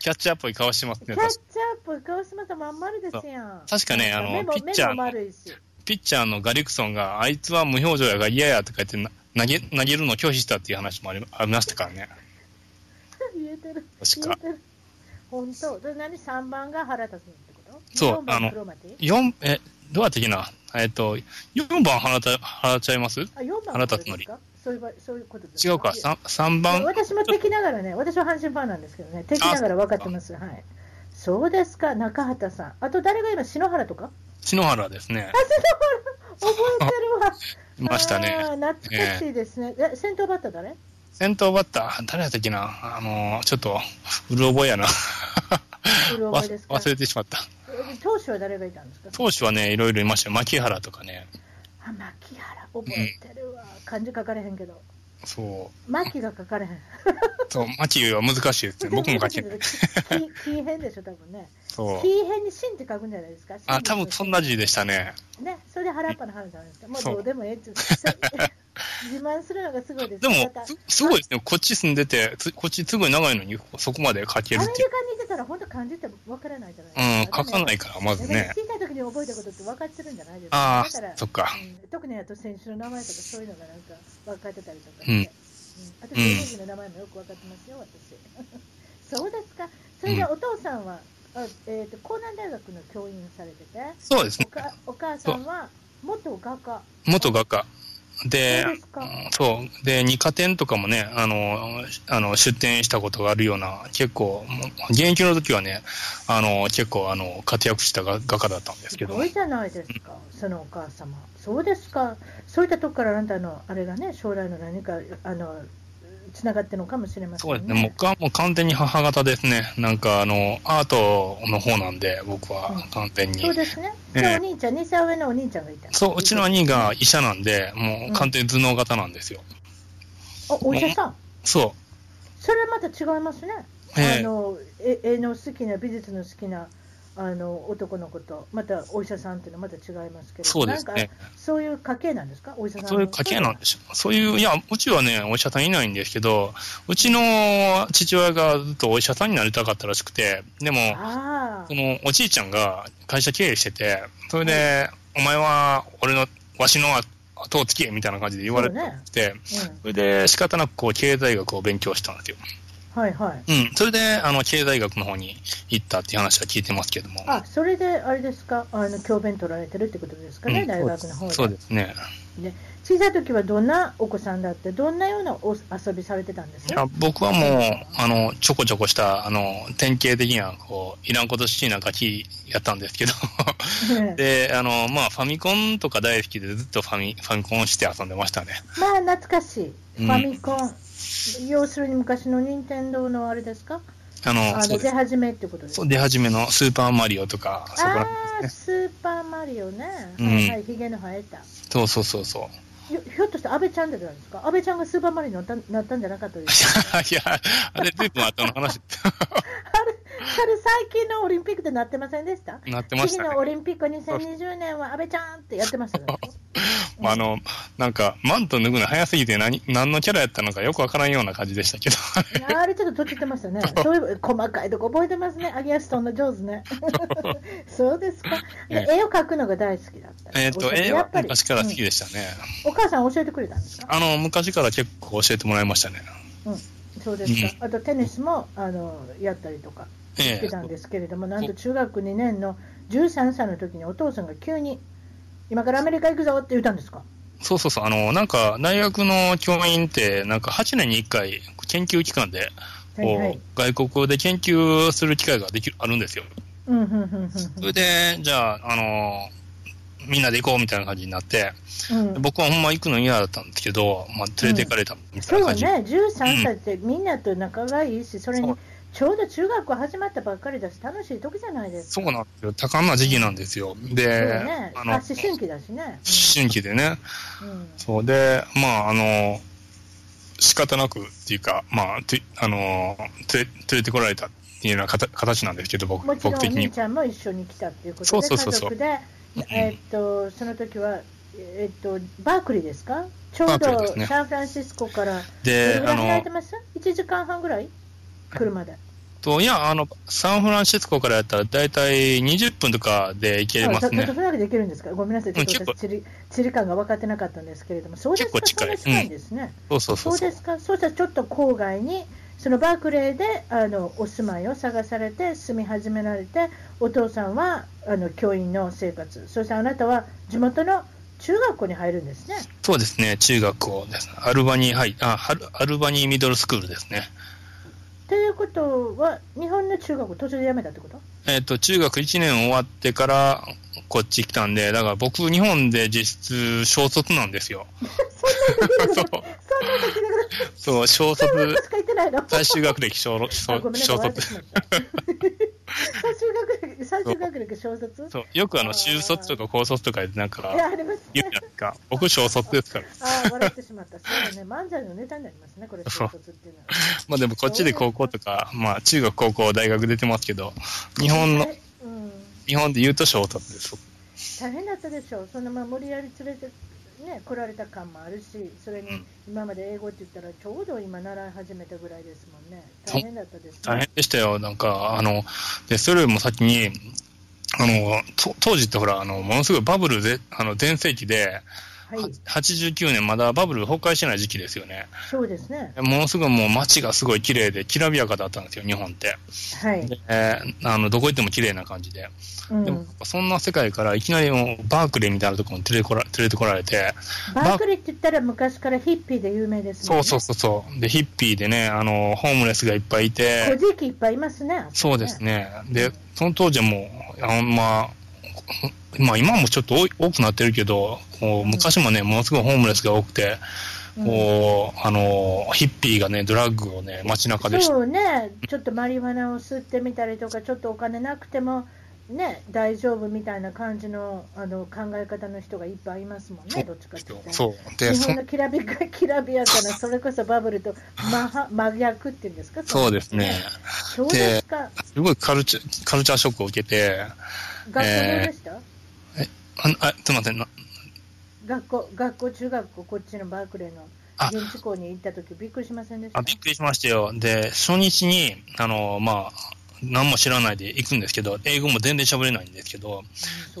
キャッチャーっぽい顔してます
キャ
ね。
ッチャー
確
っ
か
ぽい顔しました、まん丸ですやん、
確かねあの
目も
ピッチャー
目
の
も丸いし。 (laughs)
ピッチャーのガリクソンが、あいつは無表情やが嫌やとか言ってな、投げ、投げるのを拒否したっていう話もありありましたからね。
言えてる。
確
言え
か
てる。本当。で何三番が腹立つってこと？
そう
四番
あの
クロマティ。
四え、どうやってきなえっと、4番払った、払っちゃいます
あ四番
腹立つのり
ですかそういう場合そういうことです
違うか、
いや
三三番。
私も敵ながらね、私は阪神ファンなんですけどね、敵ながら分かってます。はい。そうですか、中畑さん。あと誰が今篠原とか？
篠原ですね。
覚えてるわ。
(laughs) いましたね。
あー懐かしいですね。え、先頭バッター誰
先頭バッター、誰やったっけなあのー、ちょっと、うる覚えやな。
うる
わ
覚えですか
忘れてしまった。
投手は誰がいたんですか
当初はね、いろいろいましたよ。牧原とかね。
あ、牧原、覚えてるわ。漢字書かれへんけど。
そ
牧が書かれへん。
う。そう、牧は難しいですね。僕も書けない。
(laughs) ききき変でしょ、多分ね。
そう
き。変に真って書くんじゃないですか。
あ、多分そんな字でしたね。
ね、それで原っぱの原じゃないですか。もう
そう
どうでもええっちゅう。 (laughs) そ自慢するのがすごいです。
でも
また、
すすごいですね。こっち住んでて、つこっちすごい長いのに、そこまで書け
ア
る
メ
っ
リカ
て
に
い。
いてたら本当漢字ってわからないじゃないうです
うん、
か。。
書かないいから、まずね。
小さい時に覚えたことって分かってるんじゃないですか。
あ
だから
あ、そっか。
うん特にあと選手の名前とかそういうのがなんか分かってたりとかして、
うん
うんあと
うん
選手の名前もよく分かってますよ、私。 (laughs) そうですか、それで
うん
お父さんは、あえー、と江南大学の教員をされてて、
そうです
お
ね。
かお母さんは元画家、
元画家。で
そうですか、
そう。で、二課展とかもね、あの、あの、出展したことがあるような、結構、もう現役の時はね、あの、結構、あの、活躍した画画家だったんです
す
けど
ご、いじゃないですか、そのお母様、そうですか、そういったとこからあなたのあれがね、将来の何かあのつながってるのかもしれません
そうですね、もうか、もう完全に母方ですね。なんか、あの、アートの方なんで、僕は完全に。
そうですね、
ええ
そうお兄ちゃん、2歳上のお兄ちゃんがいた。
そう、うちの兄が医者なんで、もう完全に頭脳型なんですよ。
あお医者さん
そ
それまた違いますね。
う。え
あ
え
のえ絵の好きな美術の好きなあの男の子とまたお医者さんっていうのはまた違いますけど
そうです
なん
ね
か。そういう家系なんですかお医者さんの
そういう家系なんでしょう。そういう、いや、うちはね、お医者さんいないんですけど、うちの父親がずっとお医者さんになりたかったらしくて、でも、
ああ
そのおじいちゃんが会社経営してて、それで、お前は俺の、わしの後をつけみたいな感じで言われ
そうね
て、それで仕方なくこう経済学を勉強したんですよ。
うんはいはい
うん。それで、あの、経済学の方に行ったっていう話は聞いてますけども。
あそれであれですかあの教鞭取られてるってことですかね、
うん
大学の方で
そうですね。
小さい時はどんなお子さんだってどんなようなお遊びされてたんです
いや
か
僕はもう、あの、ちょこちょこした、あの、典型的な、こう、いらんことしいなガキやったんですけど、で、あの、まあ、ファミコンとか大好きでずっとファミ、ファミコンして遊んでましたね。
まあ懐かしいフ
うん
ァミコン、要するに昔の任天堂のあれですか
あの、
あ
そ
の
うで
出
す。
始めってことですか
そう出始めのスーパーマリオとか、そこら
ああ、スーパーマリオね。
うん
はいはい、ひげの生えた。
そうそうそう (laughs) そう。
ひょひょっとして安倍ちゃんじゃないですか安倍ちゃんがスーパーマリオになったなったんじゃなかった
(laughs)
ですか
いや、あれ、ずいぶん後の
(laughs)
話
あれ、最近のオリンピックでなってませんでした
なってまし
次
たね
の。オリンピック2020年は安倍ちゃんってやってましたね。
まあ、あの、なんか、マント脱ぐの早すぎて何、何のキャラやったのかよくわからんような感じでしたけ
(laughs)
ど。
いやあれちょっととちってま
(laughs)
したね。そういう細かいとこ覚えてますね。アギアストンの上手ね。そうですか。
ね
で絵を描くのが大好きだった。
えっと、絵
や
は
っぱり
昔から好き
うん
でしたね。
お母さん教えてくれたんですか
あの、昔から結構教えてもらいましたね。
そうですか。あとテニスもあのやったりとか。
え
来
え
てたんですけれども、なんと中学2年の13歳の時にお父さんが急に、今からアメリカ行くぞって言ったんですか、
そうそうそう。あの、なんか、大学の教員って、なんか8年に1回、研究機関で、
はいは
こ
い、
う、外国語で研究する機会ができる、あるんですよ。
うんうんうんうんうん
それで、じゃあ、あの、みんなで行こうみたいな感じになって、
うん
僕はほんま行くの嫌だったんですけど、まあ、連れて行かれたみた
そ
いうな
よ
感じ。
ね、13歳ってみんなと仲がいいし、それ
そ
に
う
ちょうど中学始まったばっかりだし、楽しい時じゃないです
そ
か、
うなんですよ。多感な時期なんですよ。
そう
で、
よね、あ
あの、
思
思
春期だしね、
春期でね、
うんうん
そうで、まあ、あの、仕方なくっていうか、まあ、てあの、つれ連れてこられたっていうような形形なんですけど、僕
もちろん
僕
お
的に
兄。ちゃんも一緒に来たっていうこと
そう
で、
そう
家
そうそう
族で、えーっとその時は、えーっとバークリーですか、ちょう
バークリーで
ど
すね
サンフランシスコから。どれ
で
ぐ、ら
あ
い離れて
の、
ます ?1 時間半ぐらい車で。
といや、あの、サンフランシスコからやったら大体20分とかで行け
あ
ます
ちょっと
ね
そ。れだけできるんですかごめんなさい、ちょっ
うん
と
結構
私、地理地理感が分かってなかったんですけれども、そうですか、
結構
そん
近
ない近いんですね。
そうそうそ
そうう
そ
で
う。
すか、そうしたらちょっと郊外に、そのバークレーであのお住まいを探されて、住み始められて、お父さんはあの教員の生活、そしてあなたは地元の中学校に入るんですね。
そうですね、中学校です。アルバニー、はい、あ、ハルアルバニーミドルスクールですね。
ということ人は日本の中学を途中で辞めたってこと
えっと、中学1年終わってからこっち来たんで、だから僕、日本で実質、小卒なんですよ。そう
そんな時だから
そう、小
そんな
卒
ことし、か言ってないの
最終学歴小
あ
小
ごめんなさい
小
笑って
卒。
しまった
(laughs)
最終学歴最終学歴小卒
そう、よくあの、修卒とか高卒とかでなん
いや
か
ありますね
言うじゃないですか。僕、小卒ですから。
ああ笑ってしまったそうだね漫才のネタになりますねこれ小卒っていうのは
まあでもこっちで高校とか、まあ中学、高校、大学出てますけど、日本の、
うん
日本で言うと小卒です。
大変だったでしょう、そのまま無理やり連れて、ね、来られた感もあるし、それに
うん
今まで英語って言ったら、ちょうど今、習い始めたぐらいですもんね、大変だったですね。
大変でしたよ。なんか、あの、で、それよりも先に、あの、と当時ってほら、あの、ものすごいバブルで、あの、全盛期で、
はい、
は89年まだバブル崩壊してない時期ですよね。
そうですね、
ものすごいもう街がすごい綺麗で、きらびやかだったんですよ、日本って。
はい、
でえーあの、どこ行っても綺麗な感じで。
うん
でも、そんな世界からいきなりもうバークレーみたいなところに連れこら連れてこられて、
バークリーって言ったら、昔からヒッピーで有名ですもん
そう
ね、
そうそうそう。で、ヒッピーでね、あの、ホームレスがいっぱいいて、
古事記いっぱいいますね、
そうですね。で、その当時はもう、あんま、まあ今もちょっと多い多くなってるけど、こう昔もね、ものすごいホームレスが多くて、こう、あの、ヒッピーがね、ドラッグをね、街中でし
そうね、ちょっとマリファナを吸ってみたりとか、ちょっとお金なくても、ね、大丈夫みたいな感じのあの考え方の人がいっぱいいますもんね、どっちかっていうと。
そう。で、
日
そ
本のきらびかきらびやかな、それこそバブ
(sighs)
ルと真は真逆っていうんですか、
そうですね。
そうですか、
すごいカルチャー、カルチャーショックを受けて、
学校どうでした、
あ、あすみません、な
学校、学校、中学校、こっちのバークレーの
あ
現地校に行ったとき、びっくりしませんでした
あびっくりしましたよ。で、初日に、あの、まあ、何も知らないで行くんですけど、英語も全然喋れないんですけ
う
ど、
ん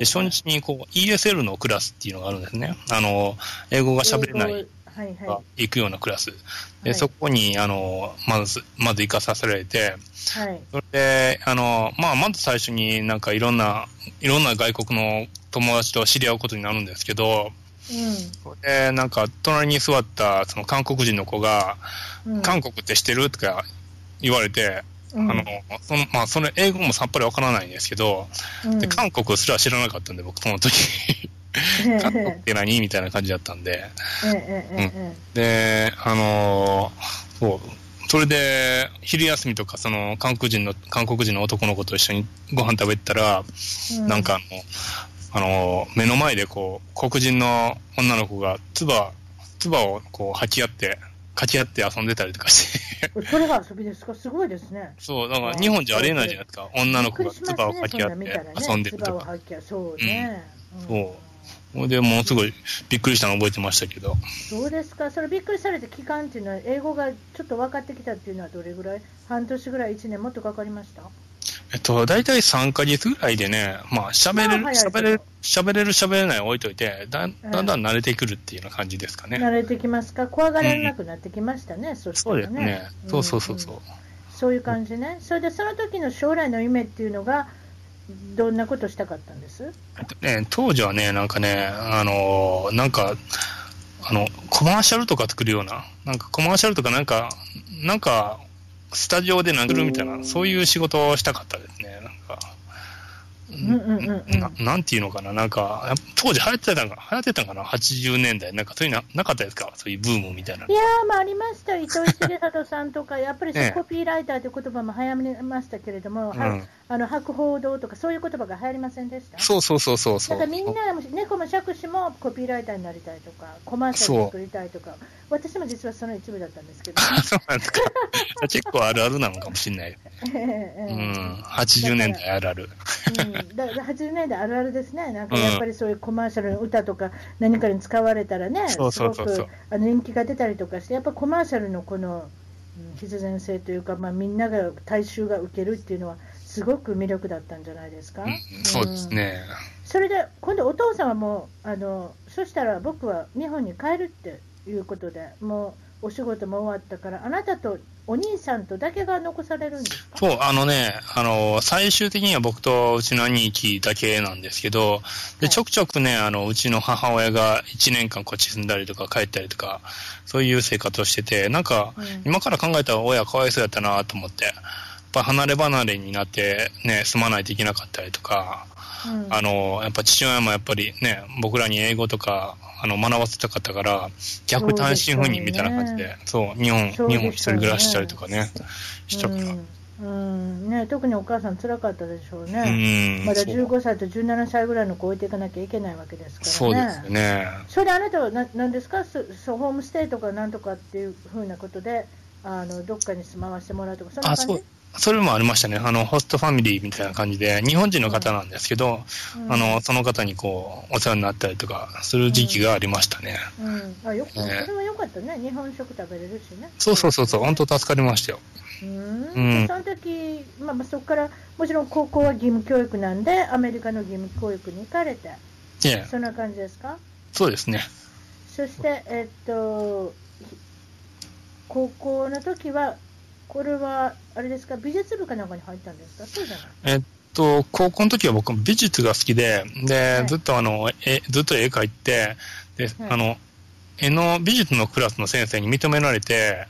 で初
そう
日にこう ESL のクラスっていうのがあるんですね。あの、英語が喋れな
英
い
語はい
人が
は
行くようなクラス。
は
で、
い
そこに、あの、まず、まず行かさせられて、
い、はい、
それで、あの、まあ、まず最初になんかいろんな、いろんな外国の友達と知り合うことになるんですけど、それで、なんか、隣に座った、その韓国人の子が、
うん、うん、
韓国って知ってるとか言われて、あの、その、まあ、その英語もさっぱりわからないんですけど、
うん、
で、韓国すら知らなかったんで、僕、そ
(laughs)
の時。
ええ
韓国って何みたいな感じだったんで、
えええええ
で、あのーそう、それで、昼休みとか、その、韓国人の、韓国人の男の子と一緒にご飯食べてたら、
えうん
なんかあの、あのー目の前でこう、黒人の女の子が、唾、唾をこう、吐き合って、かき合って遊んでたりとかして、
それが遊びですか、すごいですね。
そう、だから日本じゃありえないじゃないですか、女の子が唾を吐き合って遊んでる
唾
と
を
か。
吐き合う、そうね。
うん
ん
そうほんで、ものすごいびっくりしたの覚えてましたけど、
どうですか、それびっくりされた期間っていうのは、英語がちょっと分かってきたっていうのは、どれぐらい、半年ぐらい、1年、もっとかかりました
えっと、大体3ヶ月ぐらいでね、まあ、喋れる、
まあ早いけ
喋
ど
れる、喋れる、喋れない置いといて、だんだんだん慣れてくるっていうような感じですかね。
慣れてきますか、怖がられなくなってきましたね、そした
そうで
ら
すね
ね。。。
そうそうそうそううん
そういう感じね、それでその時の将来の夢っていうのが、どんなことしたかったんです
えっとね、当時はね、なんかね、あのーなんか、あの、コマーシャルとか作るような、なんかコマーシャルとかなんか、なんか、スタジオで殴るみたいな、そういう仕事をしたかったですね。なんか、
うんうんうんうん。
ななんていうのかな、なんか、やっぱ当時流行ってたんか、流行ってたんかな、80年代。なんかそういうのなかったですかそういうブームみたいなの
い。やー、まあ、ありました、伊藤重里さんとか、やっぱりそ
ね
うコピーライターという言葉も流行りましたけれども、は
うん
あの博報堂とか、そういう言葉が流行りませんでした
そうそうそうそうそ
だ
う。
からみんな、猫も杓子もコピーライターになりたいとか、コマーシャル作りたいとか、私も実はその一部だったんですけど、
(laughs) そうなんですか。結構あるあるなのかもしれ (laughs) ない。
え
う
え
ん。80年代あるある。
うんだ80年代あるあるですね、なんかやっぱりそういうコマーシャルの歌とか、何かに使われたらね、す
そうそ
ご
うそうそう
くあの人気が出たりとかして、やっぱコマーシャルのこのうん必然性というか、まあ、みんなが大衆が受けるっていうのは、すごく魅力だったんじゃないですか。
うん、そうです
うん
ね。
それで今度お父さんはもうあのそしたら僕は日本に帰るっていうことで、もうお仕事も終わったから、あなたとお兄さんとだけが残されるんですか
そう、あのね、あの、最終的には僕とうちの兄貴だけなんですけど、
はい
で、ちょくちょくね、あの、うちの母親が1年間こっち住んだりとか帰ったりとか、そういう生活をしてて、なんか、
うん
今から考えたら親かわいそうやったなと思って、やっぱ離れ離れになってね、住まないといけなかったりとか、
うん
あの、やっぱ父親もやっぱりね、僕らに英語とか、あの、学ばせたかったから、逆単身赴任みたいな感じで、そう、日本、
そうです
日
よね
本一人暮らししたりとかね、したから。うん、
うんうんね、特にお母さん、辛かったでしょうね。
ん
まだ
そう
15歳と17歳ぐらいの子を置いていかなきゃいけないわけですからね。
そうですよね。
それであなたはな何ですかそそう、ホームステイとかなんとかっていうふうなことで、あのどっかに住まわせてもらうとか、そんな
あ、
感
そう
じ。
それもありましたね。あの、ホストファミリーみたいな感じで、日本人の方なんですけど、
うん
あの、その方にこう、お世話になったりとか、する時期がありましたね。
うんあよくそ
ね
れは良かったね、日本食食べれるしね。
そうそうそうそう、本当助かりましたよ。
うん
うん
でその時、まあ、まあそこから、もちろん高校は義務教育なんで、アメリカの義務教育に行かれて、
ええ、
そんな感じですか
そうですね。
そして、えっと、ひ高校の時は、これは、あれですか、美術部かなんかに入ったんですかそうじゃない
えっと、高校の時は僕美術が好きで、で、
はい
ずっとあの、え、ずっと絵描いて、で、
はい
あの、絵の美術のクラスの先生に認められて、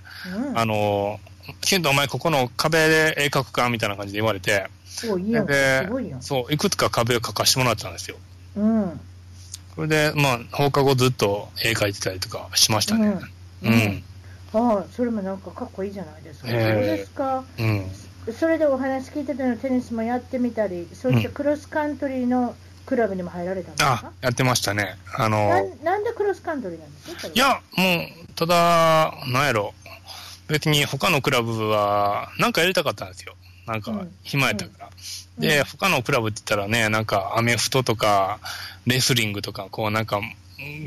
うん
あの、ケントお前ここの壁で絵描くかみたいな感じで言われて、
おいいやん、
です
ごいやん。
そう、いくつか壁を描かしてもらったんですよ。
うん。うん。
それで、まあ、放課後ずっと絵描いてたりとかしましたね。う
うん
ん。
ああ、それもなんかかっこいいじゃないですか。
え
そう
え
ですか。
うん。
それでお話聞いてたのテニスもやってみたり、そういったクロスカントリーのクラブにも入られたんです
あ
か、、
やってましたね。
な
あの、
んなんでクロスカントリーなんですかそれはい
や、もう、ただ、なんやろ。別に他のクラブは、なんかやりたかったんですよ。なん
う
か
ん、
暇やったから。
うんう
で、
ん
他のクラブって言ったらね、なんか、アメフトとか、レスリングとか、こう、なんか、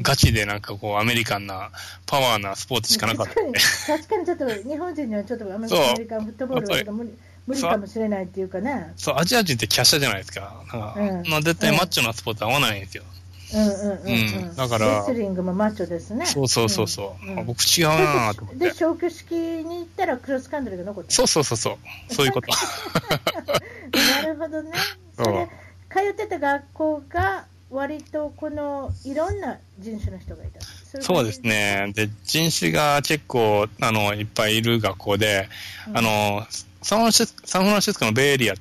ガチでなんかこう、アメリカンな、パワーなスポーツしかなかった
確。かに、確かにちょっと日本人にはちょっとアメリ
そう
カアメリカンフットボールはちょっと無理無理かもしれないっていうかね。
そう、アジア人って華奢じゃないですか。なんか、
うん
まあ絶対マッチョなスポーツ合わないんですよ。
うんうんうん、う。
うんんだから
レスリングもマッチョですね。
そうそうそうそう。
んん
あ僕違うなと思っ
で、
て。
消去式に行ったらクロスカントリーが残って
そうそうそうそう。そういう
(laughs)
こと。
なるほどね。それ、通ってた学校が、割とこのいろんな人種の人がいた。
そうです。ね。で、人種が結構、あの、いっぱいいる学校で、
うん
あの、サンフランシスサンフランシスコのベイエリア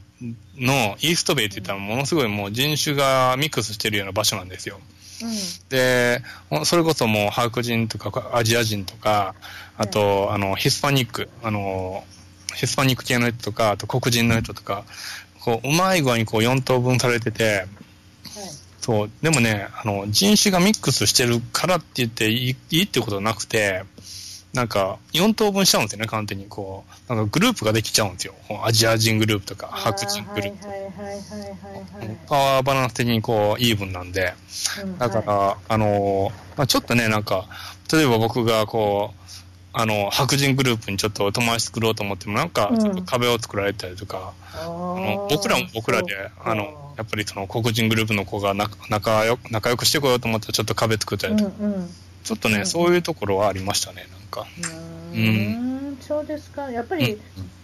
のイーストベイって言ったらものすごいもう人種がミックスしてるような場所なんですよ。
うん
で、ほそれこそもう白人とかアジア人とか、あと、あの、ヒスパニック、あの、ヒスパニック系の人とか、あと黒人の人とか、こう、うまい具合にこう4等分されてて、
はい
そう、でもね、あの、人種がミックスしてるからって言っていいいいってことはなくて、なんか、4等分しちゃうんですよね、完全に。こう、なんかグループができちゃうんですよ。こうアジア人グループとか、白人グループ。
はいはいはいはいはい
パワーバランス的にこう、イーブンなんで。
はいうん。
だから、
は
あのー、まあ、ちょっとね、なんか、例えば僕がこう、あの、白人グループにちょっと友達作ろうと思っても、なんか、ちょっと壁を作られたりとか、
い
あの僕らも僕らで、あの、やっぱりその黒人グループの子がな仲よ仲良くしてこようと思ったらちょっと壁作った
う
り
ん
と
う
か、
ん。
ちょっとね、そういうところはありましたね、なんか。
うーん、そうですか、やっぱり、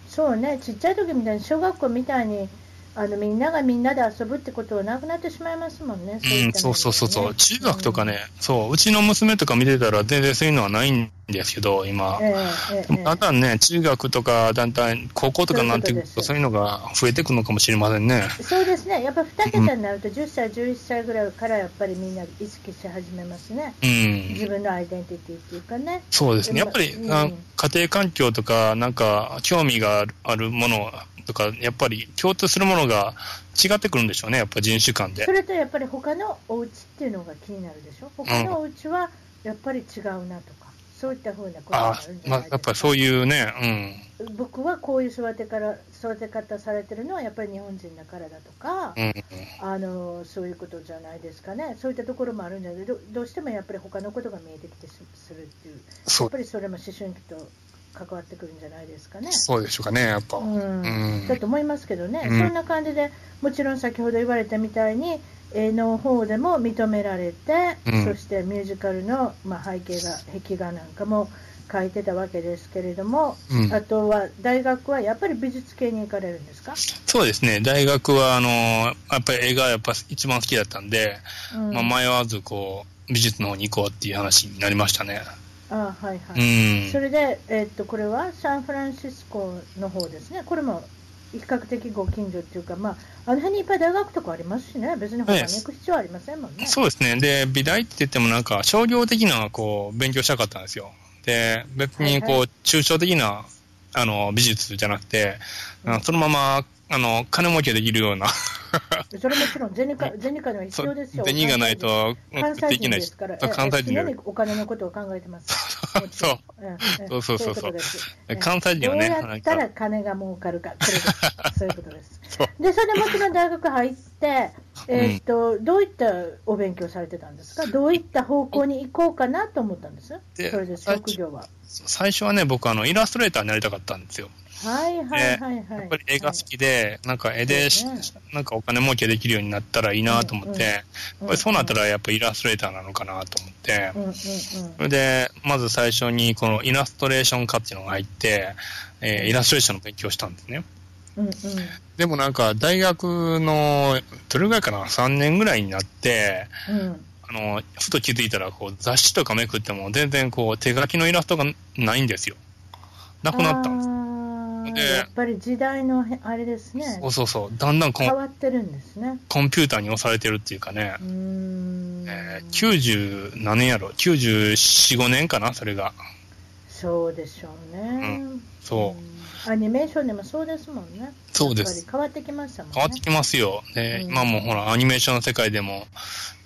そうね、ちっちゃい時みたいに、小学校みたいにあのみんながみんなで遊ぶってことはなくなってしまいますもんね、い
うん、
った
そうそうそうそ
面
う。
では
中学とかね、そう、うちの娘とか見てたら全然そういうのはないんですけど、今。
ええええええ
だんだんね、中学とか、だんだん高校とかになってくると、
そ
そうういうのが増えてくるのかもしれませんね。
そうですね、やっぱ2桁になると、10歳、11歳ぐらいからやっぱりみんな意識し始めますね、
う
自
ん。
分のアイデンティティっていうかね、
そうですね。やっぱり、
うん
あ家庭環境とか、なんか、興味があるあるものとか、やっぱり共通するものが違ってくるんでしょうね、やっぱ人種間で
そ。れとやっぱり他のお家っていうのが気になるでしょ、他のお家はやっぱり違うなとか、そういったふうなことに
あ
なるんじゃ
ま
ないです、
あや
か
っぱりそういうね、
僕はこういう育てから育て方されてるのはやっぱり日本人だからだとか
う、ん。うん。
あのそういうことじゃないですかね、そういったところもあるんじゃないどどうしてもやっぱり他のことが見えてきてしするっていう、
そ
やっ
う
ぱ、りそれも思春期と関わってくるんじゃないですかね。
そうでしょうかね、やっぱ。
うん
うん
だと思いますけどね、
うん
そんな感じで、もちろん先ほど言われたみたいに、絵の方でも認められて、
うん
そしてミュージカルの、まあ、背景が壁画なんかも描いてたわけですけれども、
うん
あとは大学はやっぱり美術系に行かれるんですか、
そうですね。大学は、あの、やっぱり映画やっぱ一番好きだったんで、
うん
まあ迷わずこう、美術の方に行こうっていう話になりましたね。
あはいは
う
い、
ん。
それで、えっとこれはサンフランシスコの方ですねこれも比較的ご近所っていうか、まあ、あの辺にいっぱい大学とかありますしね別に他に行く必要はありませんもんね。
そうですね。で、美大って言ってもなんか商業的なこう勉強したかったんですよ。で、別に
はい
こう抽象的なあの美術じゃなくて、あのそのままあの金儲けできるような、
それもちろんゼニカ、ゼニカには必
そ
要
う (laughs)
ですよ。
銭がないと
関
で
西
き
人
ない
で
し
すから、、
そう関西人
ええ常
より
にお金のことを考えてます。もちろんええええ
そうそうそ
いう
うそう
ことですええ
関西人はね、
どうや
な
っ
ん
た
から
金が儲かるか、これ
(laughs)
です。そういうことです
そう。
で、それでもちろん大学入って、えーっと、どういったお勉強されてたんですかどういった方向に行こうかなと思ったんですそ
で
れで職業は。
最初はね、僕あのイラストレーターになりたかったんですよ。
はいはいはいはい。
やっぱり絵が好
はい
きで、なんか絵でし
そうね
なんかお金儲けできるようになったらいいなと思
う
って、
んうん
やっぱりそうなったらやっぱイラストレーターなのかなと思って
う、んうんうん。
それで、まず最初にこのイラストレーション科っていうのが入って、えーイラストレーションの勉強をしたんですね。
うんうん。
でもなんか大学の、どれぐらいかな、3年ぐらいになって、
うん。
あの、ふと気づいたらこう雑誌とかめくっても全然こう手書きのイラストがないんですよ。なくなったんです。
ん
で
やっぱり時代のへあれですね
そ、うそうそう。だんだんコ
変
ン
わってるんですね。
コンピューターに押されてるっていうかね
う、ーん
えー、90何年やろ ?94、5年かなそれが。
そうでしょうね。
そう
うんアニメーションでもそうですもんね。
そうです
やっぱり変わってきましたもんね。
変わってきますよ。で、
うん
今もほら、アニメーションの世界でも、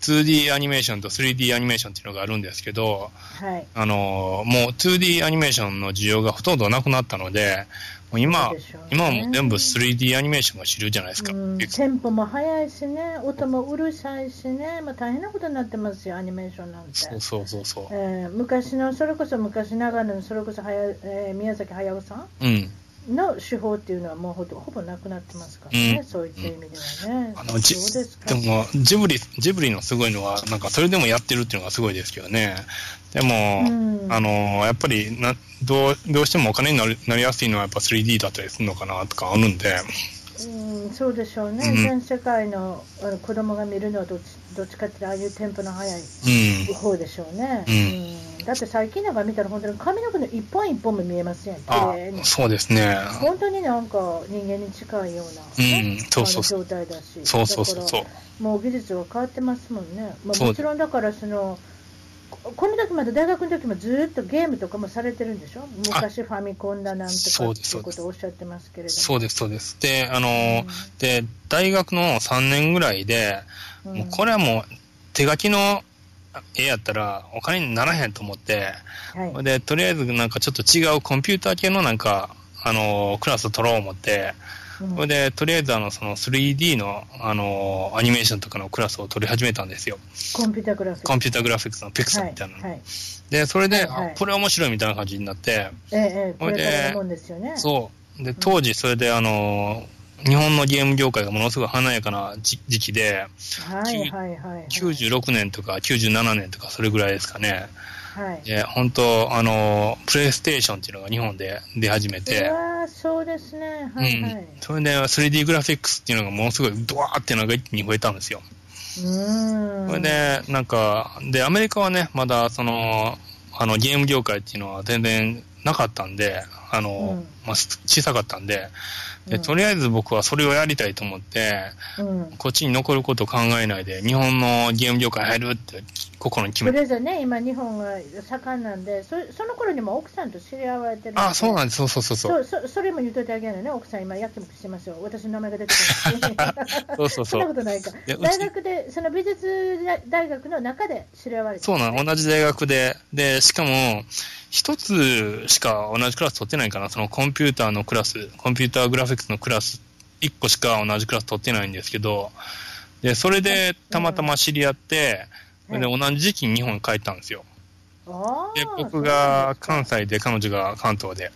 2D アニメーションと 3D アニメーションっていうのがあるんですけど、
はい。
あのーもう 2D アニメーションの需要がほとんどなくなったので、もう今、
そうでしょうね
今はもう全部 3D アニメーションが主流じゃないですか。
うん、テンポも速いしね、音もうるさいしね、まあ、大変なことになってますよ、アニメーションなんて。
そうそうそうそ
えー昔の、それこそ昔ながらの、それこそはや、えー宮崎駿さ
う。うん。
んの手法っていうのはもうほとほぼなくなってますからね、
うん
そういった意味ではね。
あの、じ
そうです、か
でも、ジブリ、ジブリのすごいのは、なんかそれでもやってるっていうのがすごいですけどね。でも、
うん
あのーやっぱりな、どう、どうしてもお金になりなりやすいのはやっぱ 3D だったりするのかなとかあるんで、
うん、そうでしょうね、
うん
全世界のあの子供が見るのはどっちどっちかっていうとああいうテンポの速い
うん。
方でしょうね、
うん
うんだって最近なんか見たら本当に髪の毛の一本一本も見えません綺
あ
麗に
そうですね。
本当になんか人間に近いよう
う
な、
ん、そうそうそ
あ
う。
の状態だし
そうそうそうそ
だからもう技術は変わってますもんね、まあ、
そう
もちろんだからそのここの時まで大学の時もずっとゲームとかもされてるんでしょ昔ファミコンだなんとか
そう
っ
です
ていうことをおっしゃってますけれ
う。
ども
そうです、そうです。で、あのー
うん
で、大学の3年ぐらいで、
うん
もうこれはもう手書きの絵やったらお金にならへんと思って、
はい
で、とりあえずなんかちょっと違うコンピューター系のなんか、あのークラスを取ろう思って、
うん
それで、とりあえずあの、その 3D の、あのーアニメーションとかのクラスを取り始めたんですよ。
コンピュータグラフィック
コンピュータグラフィックスのピクサーみたいなの。
はいはい、
で、それで、
はいはい
あこれ面白いみたいな感じになって、
ええええこれからのもんですよね。
そう。で、当時、それで、あのー日本のゲーム業界がものすごい華やかな時時期で、
はいはいはい。
96年とか97年とかそれぐらいですかね。
はい。
で、本当あのープレイステーションっていうのが日本で出始め
う
て、
わーそうですね。
う
はいはい。
ん。それで 3D グラフィックスっていうのがものすごいドワーってなんか一気に増えたんですよ。
うーん。
それで、なんか、で、アメリカはね、まだ、その、あの、ゲーム業界っていうのは全然なかったんで、あの、
うん
まあ、す小さかったんで、
う
で、
ん
とりあえず僕はそれをやりたいと思って、
うん。
こっちに残ることを考えないで、日本のゲーム業界入るって心に決
と
め
り
て。
あえずね、今日本が盛んなんで、そその頃にも奥さんと知り合われてる
あ、そうなん
で
です。そうそうそうそう。
そうそそれも言うといてあげるのね、奥さん、今、やきもきしてますよ、私の名前が出てくる
(laughs) そうそ
そ
うそ
んな
う
こ。とないか、
いやうち
大学で、その美術大学の中で知り合われてる
そうなの。同じ大学で。で、しかも、一つしか同じクラス取ってないかな。そのコンピューターのクラス、コンピューターグラフィックスのクラス、一個しか同じクラス取ってないんですけど、で、それでたまたま知り合って、
うん
で、同じ時期に日本に帰ったんですよ。
あー
で、
そう
僕
なん
が関西で、彼女が関東で。
で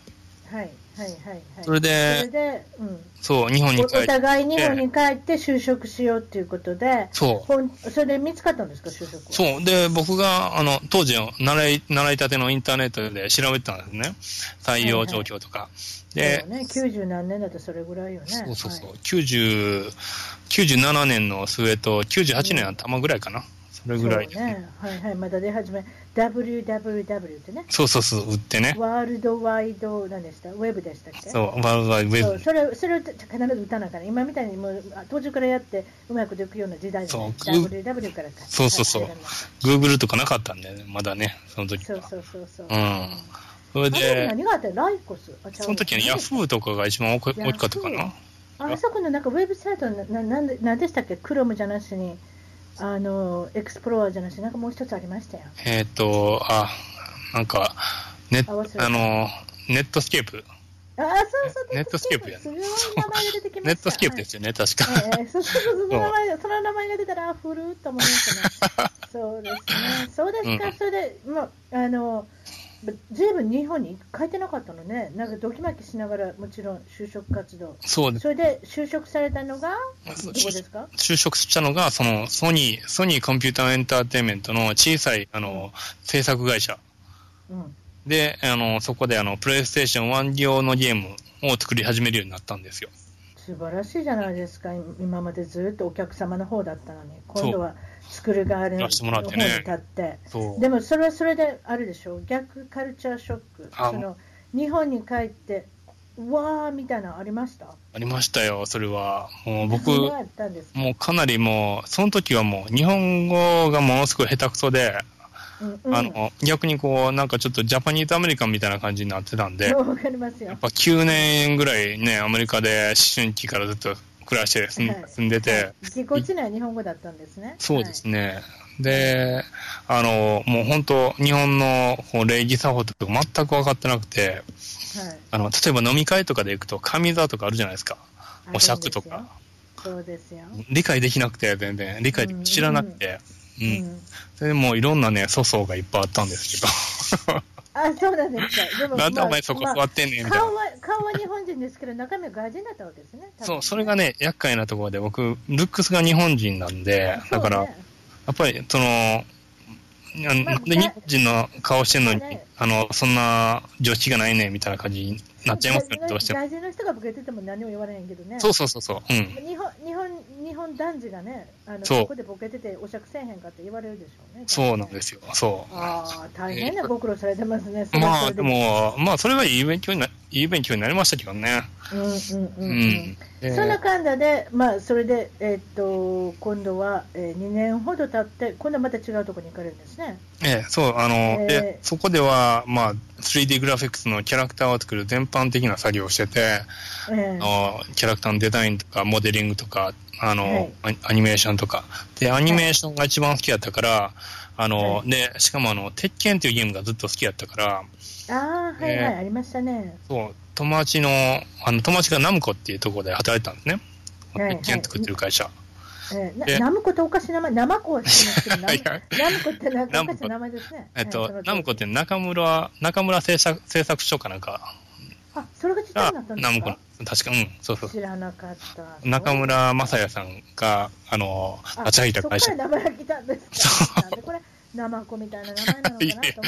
すはいはいはいはい。
それ
それ
で、
で、うん、
そう、日本に
おお
帰って、
互い日本に帰って就職しようっていうことで、
そう。
ほんそれで見つかったんですか、就職は。
そう。で、僕が、あの、当時、習い、習いたてのインターネットで調べてたんですね。採用状況とか。
そう
で、
ね、90何年だとそれぐらいよね。
そうそうそう。
はい
90、97年の末と98年の頭ぐらいかな。それぐらいです
そう
ね。
ね。はいはい、まだ出始め、www ってね、
そうそうそう、売ってね。
ワールドワイド、なんでしたウェブでしたっけ
そう、ワールドワイドウェ
そう
ブ。
それそれを必ず打たなあかんね今みたいにもうあ途中からやってうまくできるような時代じゃない
そう
WW からか
そうそうそう
はい選びました
Google とかなかったんだよね、まだね、その時
そう
は。
そうそうそう。
うん
あ
それ
れ
で、
何があったのライコス。
その時は
に
ヤフーとかが一番大き大きかった
ヤ
か
フ
な。
あそこのなんかウェブサイトなななんでなんでしたっけ？クロムじゃなしに、あのエクスプローラーじゃなしになんかもう一つありましたよ。
えっ、と、あ、なんか、ネッ
あ忘れ
ト、
た
あの、ネットスケープ。
ああそうそう。
ネットスケープやね
すごい名前が出てきました。
ネットスケープで
よ。
すよね、確か。
ええそうそうそうその名前その名前が出たらあ古ーっと思いま
(laughs)
したね。そうですね。そうですか。
うん
それでまああの。ずいぶん日本に帰ってなかったのね、なんかドキマキしながら、もちろん就職活動、
(laughs) そうです。
それで就職されたのが、どこですか
就職したのが、その、ソニー、ソニーコンピューターエンターテインメントの小さい、あの、制作会社。
うん、
で、あの、そこで、あの、プレイステーション1用のゲームを作り始めるようになったんですよ。
素晴らしいじゃないですか、今までずっとお客様の方だったのに、今度は作る側の
やらせてもらってね
方に立って、
そう。
でもそれはそれであるでしょう、逆カルチャーショック、
あ
その日本に帰って、うわーみたいなのありました
ありましたよ、それは。もう僕、
どうやったんですか、
もうかなりもう、その時はもう、日本語がものすごい下手くそで、
うんうん、
あの、逆にこう、なんかちょっとジャパニーズアメリカンみたいな感じになってたんで、やっ
もうわかりますよ。
ぱ9年ぐらいね、アメリカで思春期からずっと暮らして住ん,、
はい
でて、
自己地内は日本語だったんですね。
そうですね。で、あの、もう本当、日本のこう礼儀作法とか全く分かってなくて、
はい。はい
あの、例えば飲み会とかで行くと、神座とかあるじゃないですか。お酌とか。。
あるんですよそうですよ。
理解できなくて、全然。理解
うん
知らなくて。
う
う。
んん
それでもういろんなね、粗相がいっぱいあったんですけ
あ、そうなんですか。で
ど、
も
なんで
まあ
お前そこ
まあ
座ってんねんみたい
顔
な。
は顔は日本人ですけど、中身は外人だったわけですね。多分
そう、それがね、厄介なところで、僕、ルックスが日本人なんで、だから、
そう
や
ね
っぱり、その、あ
まあ
ので日本人の顔してんのに
ね、
あの、そんな常識がないね、みたいな感じになっちゃいますよね、どうしても。
外人の人がボケてても何も言われへんけどね。
そうそうそうそう、うん。
日本日本日本男児がね、あの
そう
ここでボケててお釈せえへんかって言われるでしょうね。。
そうなんですすよ、そ
ああ、大変なご苦労されてますね。
う。 (laughs) まあ、
それ
で
は
も、まあ、それはいい勉強にな、いい勉強になりましたけどね。
それで。うん
う
うんうんうん
ん。で
そんなかんだで、まあ、それで、えーっと、今度は、えー、2年ほど経って、今度はまた違うところに行かれるんですね。
ええ、そう、あの、
え
で、そこでは、まあ、3D グラフィックスのキャラクターを作る全般的な作業をしてて、
ええ
あのキャラクターのデザインとか、モデリングとか、あの、アアニメーションとか。で、アニメーションが一番好きやったから、あの、
は
で、しかもあの、鉄拳っていうゲームがずっと好きやったから、
ああ、はいはい、
ええ
ありましたね。
そう、友達の、あの、友達がナムコっていうところで働いてたんですね。
はいはい
鉄拳作ってる会社。
えー
で
なナムコっておかしい名前、ナマコは知ってますけど、ナ
(laughs) はい
ムナムコってなんかおかしい名前ですね。
えっ
はい
と
その、通り
ナムコって中村、中村製作製作所かなんか
あ、それがちっちゃ
が
くなったんで
ナ
す
ムコ
か
の、確か、うん、そうそう。
知らなかった。
中村雅也さんが、あの、
あ
立ち上げた会社
そ。こから名前が来たんですか。なんでこれ、ナマコみたいな名前なのかなと思ったんですけど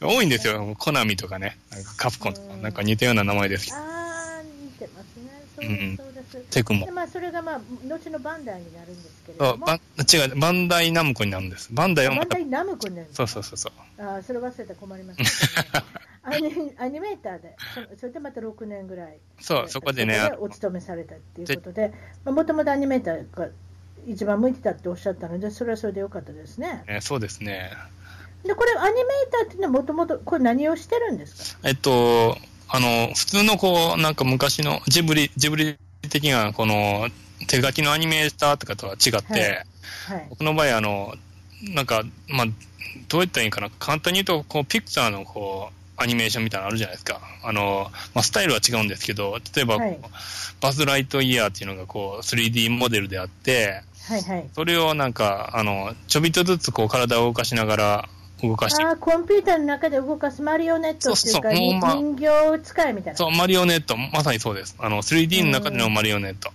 多いんです。よ。コナミとかね。なんかカプコンとか、
うん
なんか似たような名前ですけど。
ああ、似てますね。そう
う
で
ん
す、そうです。
テク
で
も。
まあ、それが、まあ、後のバンダイになるんですけれ
そ
ど
う、
も、
バン、違う、バンダイナムコになるんです。バンダイは
バ
ま
ン
た
ダ、イナムコになるんです
そ
か
うそうそうそう。
あーそれ忘れたら困ります、ね、
(laughs)
アニアニメーターでそ、それでまた6年ぐらい、
そう、そこでね、
お勤めされたっていうことで、もともとアニメーターが一番向いてたっておっしゃったので、それはそれでよかったですね。
えそうですね。
で、これ、アニメーターっていうのは、もともと、これ、何をしてるんですか
えっと、あの、普通のこう、なんか昔のジブリ、ジブリ的な、この、手書きのアニメーターとかとは違って、
はいはい、
僕の場合、あの、なんか、まあ、どう言ったらいいかな、簡単に言うと、こう、ピクチャーの、こう、アニメーションみたいなのあるじゃないですか。あの、まあ、スタイルは違うんですけど、例えば、
はい
バズ・ライトイヤーっていうのが、こう、3D モデルであって、
はい、はい。
それをなんか、あの、ちょびっとずつ、こう、体を動かしながら、動かしてい
あー
く。
コンピューターの中で動かすマリオネットっていうか、
そうそうほんま
人形使いみたいな
そう、マリオネット、まさにそうです。あの、3D の中でのマリオネット。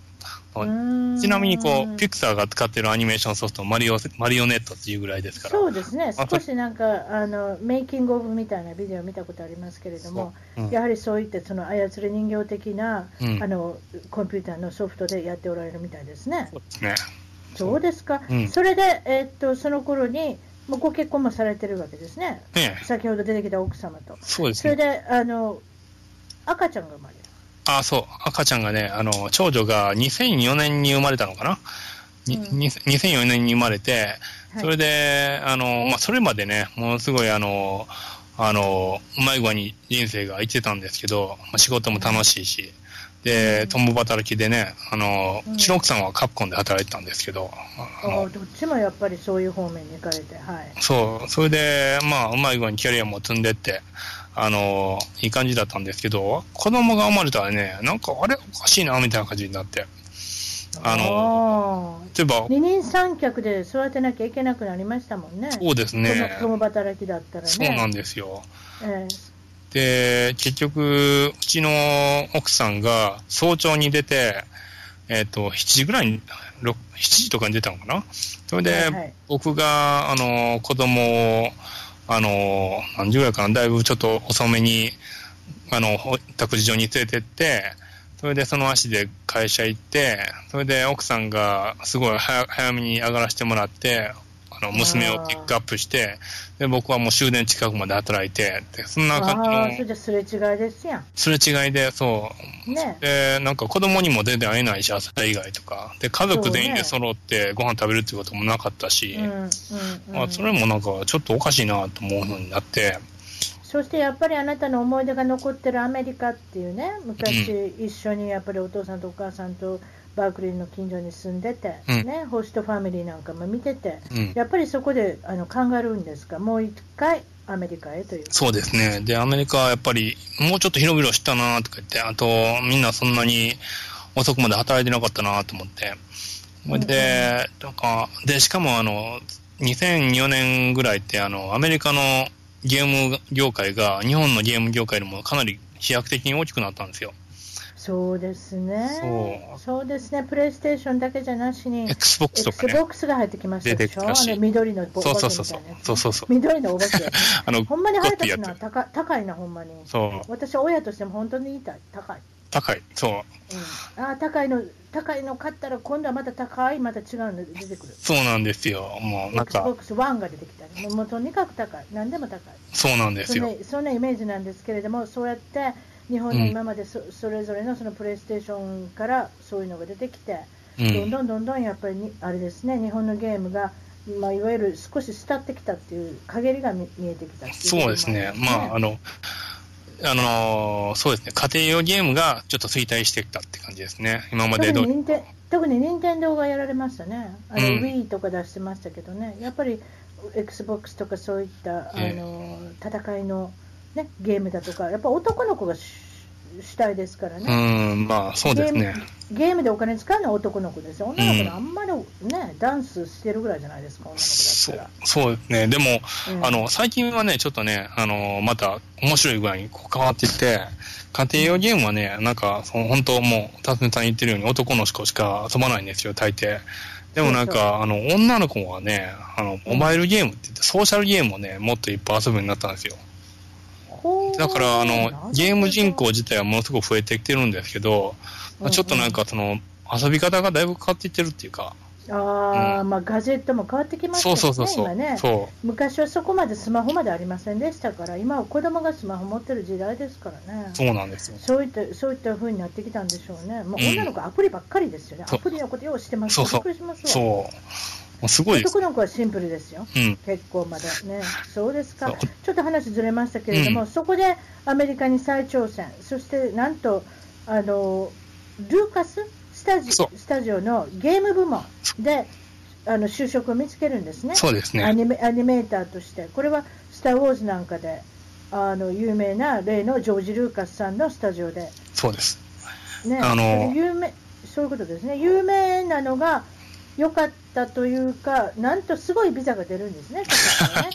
うーん
ちなみに、こう、ピクサーが使ってるアニメーションソフト、マリオ、マリオネットっていうぐらいですから。
そうですね
あ
少しなんかあのメイキングオブみたいなビデオ見たことありますけれども、
そううん
やはりそういったその操り人形的な、
うん
あのコンピューターのソフトでやっておられるみたいですね。
そうですね。
そうですか、
うん
それで、えーっとその頃にもうご結婚もされてるわけですね、
ねえ
先ほど出てきた奥様と。
そうです
そ
ね
れ。であの赤ちゃんが生まれる。
あ、そう。赤ちゃんがね、あの、長女が2004年に生まれたのかな、に
うん
に2004年に生まれて、
はい
それで、あの、まあ、それまでね、ものすごいあの、あの、迷子に人生が生きてたんですけど、まあ、仕事も楽しいし、
う
で
ん、
共働きでね、あの
う、ん
うちの奥さんはカプコンで働いてたんですけど、あ
あ
の
あどっちもやっぱりそういう方面に行かれて、はい、
そう、それで、まあ、うまい具合にキャリアも積んでって、あの、いい感じだったんですけど、子供が生まれたらね、なんか、あれおかしいな、みたいな感じになって。あの、
の
例えば、
二人三脚で育てなきゃいけなくなりましたもんね、
そうですね。
共共働きだったらね。
そうなんですよ。
え
で、結局、うちの奥さんが早朝に出て、えっ、と、7時ぐらいに、ろく7時とかに出たのかなそれで、
はいはい
僕が、あの、子供を、あの、何時ぐらいかなだいぶちょっと遅めに、あの、ほ託児所に連れてって、それでその足で会社行って、それで奥さんがすごい早早めに上がらせてもらって、あの、娘をピックアップして、で、僕はもう終電近くまで働いて、でそん
え
な
あ
感
あー、そ
じ
れ
の
じゃすれ違いですや
すれ違いで、そう。
ん。ね
で、なんか子供にも全然会えないし、朝以外とか。で、家族全員で
そう
揃ってご飯食べるっていうこともなかったし、
え。うんうんうん
あそれもなんかちょっとおかしいなと思うふうになって、
そしてやっぱりあなたの思い出が残ってるアメリカっていうね、昔、一緒にやっぱりお父さんとお母さんとバークリーの近所に住んでて、
うん
ね、ホストファミリーなんかも見てて、
うん。
やっぱりそこであの考えるんですか、もう一回アメリカへという。
そうですね。で、アメリカはやっぱり、もうちょっと広々したなとか言って、あと、みんなそんなに遅くまで働いてなかったなと思って。それで、なんか、で、しかもあの、2004年ぐらいって、あの、アメリカのゲーム業界が、日本のゲーム業界でもかなり飛躍的に大きくなったんですよ。
そうですね
そう
そうですね、プレイステーションだけじゃなしに、
Xbox とかね。
Xbox が入ってきました
出
で
て
し
き
ょ、
た
あ
し
の緑のお
そう
化け
そ
み
うそ
た
う
い
そ
うなやつ。
そうそうそう。
緑のお化け。
(laughs) あの、
ほんまに腹
ゴッ
立つ
ティ
の
や
は
つ
高高いな、ほんまに。
そう
私、親としても本当に言いたい、高い。
高い。そう。
うん、あー高いの、高いの買ったら、今度はまた高い、また違うの出てくる。
そうなんですよ。もう、なんか、
Xbox One が出てきたり、もうもうとにかく高い、何でも高い。
そうなんです
そん
よ
な。そんなイメージなんですけれども、そうやって日本の今までそ,、それぞれのそのプレイステーションからそういうのが出てきて、
う
どん
ん。
どんどんどんやっぱりにあれですね、日本のゲームが、まあ、いわゆる少し慕ってきたっていう、陰りが見見えてきたっていう
そうですね。まあ、あの、あのーそうですね。家庭用ゲームがちょっと衰退してきたって感じですね。今まで
特
ど
に
う
任天特に任天堂がやられましたね、あの
うん
Wii とか出してましたけどね、やっぱり XBOX とかそういった、
ええ
あの戦いの、ね、ゲームだとか、やっぱ男の子が主主体ですからね。
うん、まあ、そうですね。
ゲームでお金使うのは男の子ですよ。女の子のあんまりね、ダンスしてるぐらいじゃないですか、
そ
女の
う
子だっ、
そうですね。でも、
たら。うん
あ、の、最近はね、ちょっとね、あのーまた面白い具合にこう変わってきて、家庭用ゲームはね、なんか、その本当もう、辰巳さん言ってるように男の子しか遊ばないんですよ、大抵。でもなん
そう
か、あの、女の子はね、あの、モバイルゲームって言って、ソーシャルゲームをね、もっといっぱい遊ぶようになったんですよ。
ほう
だから、
な
あ
るほ
の
ど、
ゲーム人口自体はものすごく増えてきてるんですけど、
うんうん
ちょっとなんかその、遊び方がだいぶ変わっていってるっていうか、
ああ、
う
まあ、ガジェットも変わってきました
そ
よね、
うそうそうそう、
今ね。
そ
昔はそこまでスマホまでありませんでしたから、今は子供がスマホ持ってる時代ですからね
う、。そうなんですよ。
そういったそういった風になってきたんでしょうね。もう
うん
女の子アプリばっかりですよね。
そう
アプリのことようしてます。
そうそう
びっくりします
そう。
わ。
もうすごいです。
男の子はシンプルですよ。
うん。
結構までね。そうですか
そう。
ちょっと話ずれましたけれども、
うん
そこでアメリカに再挑戦。そしてなんとあのルーカススタジ
そ
スタジオのゲーム部門であの就職を見つけるんですね。
そうです
ア
ね。
ニメアニメーターとして、これは「スター・ウォーズ」なんかであの有名な例のジョージ・ルーカスさんのスタジオで、
そうです。
ね
あの
有名、そういうことですね、有名なのが良かっったというか、なんとすごいビザが出るん
(laughs)
ですね、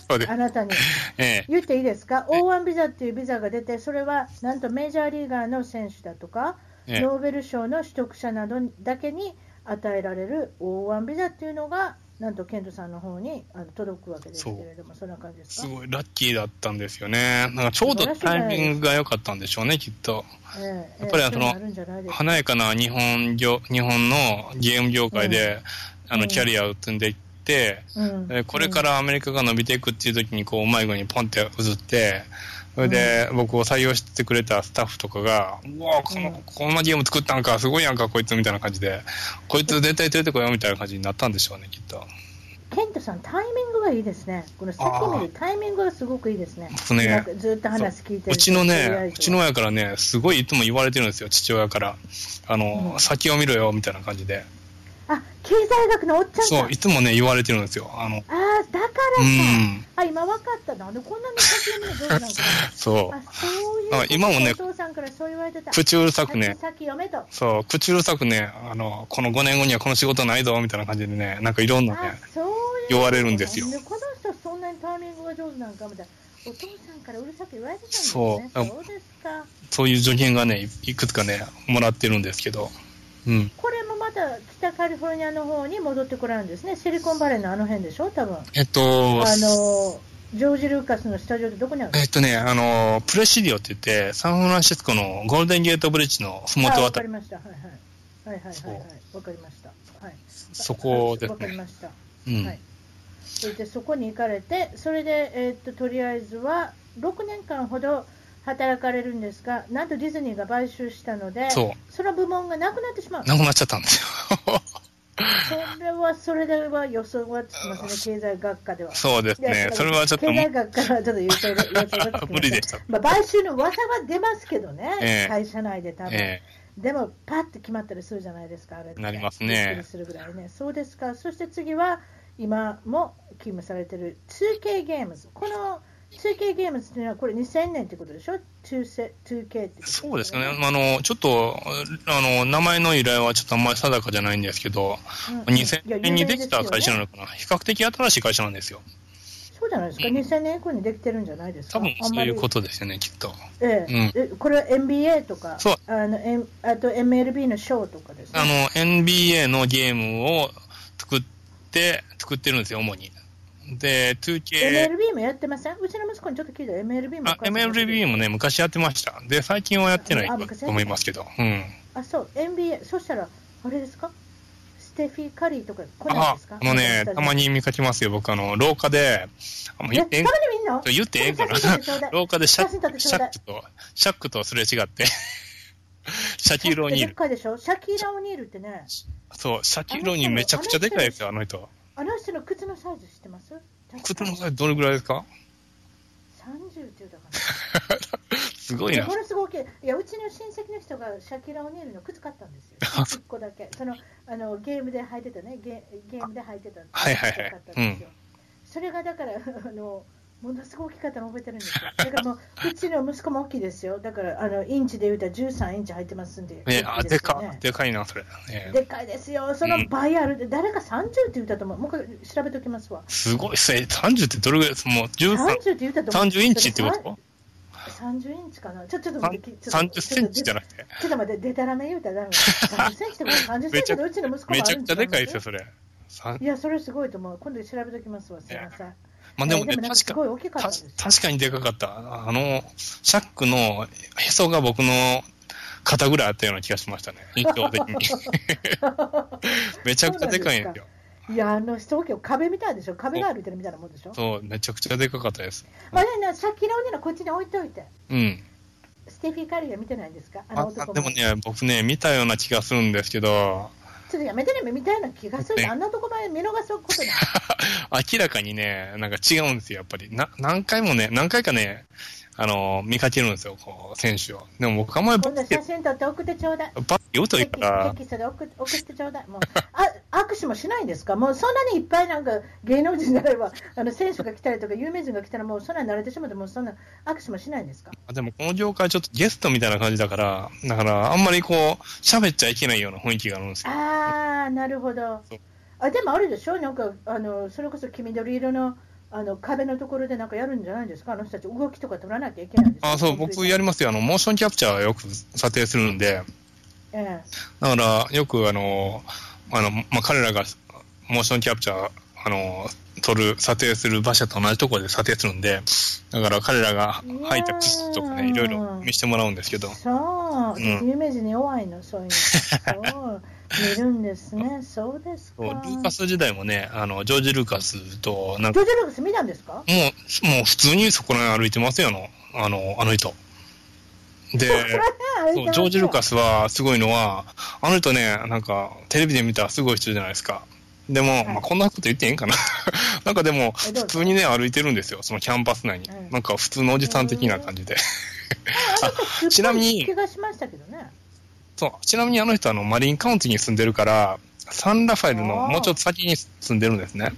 そうです
あなたに。
ええ
言っていいですか、O1 ビザっていうビザが出て、それはなんとメジャーリーガーの選手だとか、
ええ
ノーベル賞の取得者などだけに与えられる O1 ビザっていうのが、なんとケントさんの方にあの届くわけですけれども、そんな感じです
す
か。
ごいラッキーだったんですよね。なんかちょうどタイミングが良かったんでしょうね、きっと。
ええ
やっぱりあ
そ
の
ういうあるんじゃないですか
華やかな日本業日本のゲーム業界で、あ
うん
のキャリアを積んでいって、
うん
えーこれからアメリカが伸びていくっていう時にこううまい具合にポンって移ってそれで僕を採用してくれたスタッフとかが「うわこ
うん
のこんなゲーム作ったんかすごいやんかこいつ」みたいな感じで「こいつ絶対連れてこよう」みたいな感じになったんでしょうねきっと。
ケントさん、タイミングがいいですね、この先見るタイミングがすごくいいですね、
ね
なんかずっと話聞いてる
うちの
とりあえ
ね
ず、
うちの親からね、すごいいつも言われてるんですよ、父親から。あの、
うん
先を見ろよ、みたいな感じで。
あ経済学のおっちゃん
そ
か
う、いつもね、言われてるんですよ。あの、
ああ、だからか、
うん
あ今分かった、なんでこんなに先見る上手なんか
(laughs) そ
あそういう
あ今もね
お父さんからそう言われてた
う、口うるさく
先
ね、
先読めと、
そう、口うるさくね、あの、この5年後にはこの仕事ないぞ、みたいな感じでね、なんかいろんな
あ
ね、
そういう
言われるんですよ
なんこの人、そんなにタイミングが上手なんかみたいな、お父さんからうるさく言われてたんですね、
そう
そうですか、
そういう助言がね、いくつかね、もらってるんですけど。うん。
これもまた北カリフォルニアの方に戻ってこられるんですね、シリコンバレーのあの辺でしょ、多分
えっと、
あのジョージ・ルーカスのスタジオってどこにあるの
えっとね、あの、プレシディオって言って、サンフランシスコのゴールデンゲートブリッジのふも
あ
と
わ
あた
か
り
り、ました、はいはい、はいはいはいはい、わかりました、はい、
そこです
わかり
ね。
ました、
うん。
はい、それでそこに行かれて、それで、えーっととりあえずは6年間ほど働かれるんですが、なんとディズニーが買収したので、
そ
の部門がなくなってしまう、
なくなっちゃったんですよ。 (laughs)
それはそれでは予想はつきませんね、経済学科では。
そうですね。それはちょっと
経、済学からはちょっと予想が予想がつきません
(laughs) 無理でした
(laughs) まあ、買収の噂は出ますけどね、
ええ
会社内で多分、
え
でもパッと決まったりするじゃないですか、あれって
なりますね
びっくりするぐらいね。そうですか、そして次は今も勤務されてる 2K ゲームズ、この 2K ゲームズっていうのはこれ2000年ってことでしょ、2K ってこと
えそうですね。あの、ちょっと、あの、名前の由来はちょっとあんまり定かじゃないんですけど、
うん
2000年にできた会社
いや有名ですよね
なのかな。比較的新しい会社なんですよ。
そうじゃないですか、2000年以降にできてるんじゃないですか、
多分
あん
そ
ま
うい
り
うことですよね、きっと。
ええ
うん
えこれは NBA とか、
そう
あの M- あと MLB のショーとかですね。
あの、NBA のゲームを作って、作ってるんですよ、主に。で、2K、
MLB もやってませんうちの息子にちょっと聞いたら MLB も
あ、MLB
も
もね、昔やってました。で、最近はやってない
あ昔やってた
と思いますけど。うん。
あそう NBA そしたらあれですかステフィ・カリーとか来ないん
あ
ですか、
あのね、たまに見かけますよ、僕、あの、廊下で、あもう
えたまに
え
見んの
言ってええんかな
写真撮ってちょうだい
廊下でシャ
写真撮って
ッ
ち
シ
ょう
ャ
だ
ッ
い
クと、シャックとすれ違
(laughs)
って、シャキーロニ
で
ー
っ
ル。
かいでしょシャキーラ・オニールってね
そう、シャキーロニールめちゃくちゃでかいですよ、あの人。
あの人の靴のサイズ知ってます
靴のサ
イズ
イズどれぐらいですか
30っていうだか
すごい
ら
な
も。のすごく大きいいやうちの親戚の人がシャキーラ・オニールの靴買ったんです
(laughs)
よ
あそ
1個だけそのあのゲームで履いてたねゲゲームで履いてたって
はいはいはい
買ったんですよそれがだから (laughs) あのものすごい大きかったの覚えてるんですよだからも
(laughs)
ううちの息子も大きいですよだからあのインチで言うたら13インチ入ってますんで
ね、
大
あ、
きい
です
よ
か
ね、
でかいな、それ。ね
でかいですよその倍あるで誰か30って言ったと思うもう一回調べておきますわ
すごいっすね。30ってどれぐらいですもう
30っ
13、
て言ったと思う
30インチってこと
30インチかなちょちょっと待ってちょっと待って
?30 センチじゃなくて。
ちょっと待って、でたらめ言うたらダメ。30センチとか30センチのうちの息子
め
もあ
ちゃ
る
く
ん
ちゃでかいですよ、
よ。
それ。さん
いや、それすごいと思う。今度調べときますわ、すいません。
まあでもね、
えーなんか
確
す
か
ごい大きかったんで
た
すよ。
確かにでかかった。あの、シャックのへそが僕の肩ぐらいあったような気がしましたね。印象的に。めちゃくちゃでかいんですよ。
いや、あの人、壁みたいでしょ。壁が歩いてるみたいなもんでしょ。
そう、めちゃくちゃでかかったです。
あれな、さっきの女のこっちに置いといて。
うん。
ステフィ・カリーが見てないんですかあの
あ
男
でもね、僕ね、見たような気がするんですけど、
ちょっとやめてね、みたいな気がする。
ね
あんなとこまで見逃す
(laughs)
ことない。
明らかにね、なんか違うんですよ、やっぱり。な何回もね、何回かね、あの、見かけるんですよ、こう、選手を。でも僕あんまりバ
こんな
ッて
写、真撮って送ってちょうだい。
バッて打といい
テキ
から
テ、キストで送送ってちょうだい、もうあ握手もしないんですか、もうそんなにいっぱいなんか芸能人になれ
(laughs)
ば、あの選手が来たりとか、有名人が来たら、もうそんなに慣れてしまって、もうそんな握手もしないんですか、
でもこの業界ちょっとゲストみたいな感じだから、だからあんまりこう、喋っちゃいけないような雰囲気があるんですよ。
あー、なるほど、あ
そう
あでもあるでしょ、なんかあのそれこそ黄緑色のあの壁のところでなんかやるんじゃないですか、あの人たち、動きとか取らなきゃいけないんですよ
あそう、僕やりますよ。あの、モーションキャプチャーよく査定するんで、
え
だから、よくあの、あの、まあ、彼らがモーションキャプチャー、あの、撮る、査定する馬車と同じところで査定するんで、だから彼らが履いた靴とか
い
ね、
やー
いろいろ見せてもらうんですけど
え、、そう、
うん
私有名人に弱いの、そういうの。
(laughs)
そう見るんですね、そうですか。
そうルーカス時代もね、あの、ジョージ・ルーカスと、なん
ジ
か、
ョージ・ルーカス見たんですか
もう、もう普通にそこら辺歩いてますよ、あの、あの、あの人。で、 (laughs) そうジョージ・ルーカ
ス。
スはすごいのは、あの人ね、なんか、テレビで見たらすごい人じゃないですか。でも、まあ、こんなこと言っていいんかな。 (laughs) なんかでも、
えどうぞ
普通にね、歩いてるんですよ、そのキャンパス内に
うん。
なんか、普通のおじさん的な感じで。
あ
(laughs) ちなみに
気がしましたけどね。
(laughs) そう、ちなみにあの人、あの、マリンカウンティに住んでるから、サンラファエル
あ
の
ー
もうちょっと先に住んでるんですね。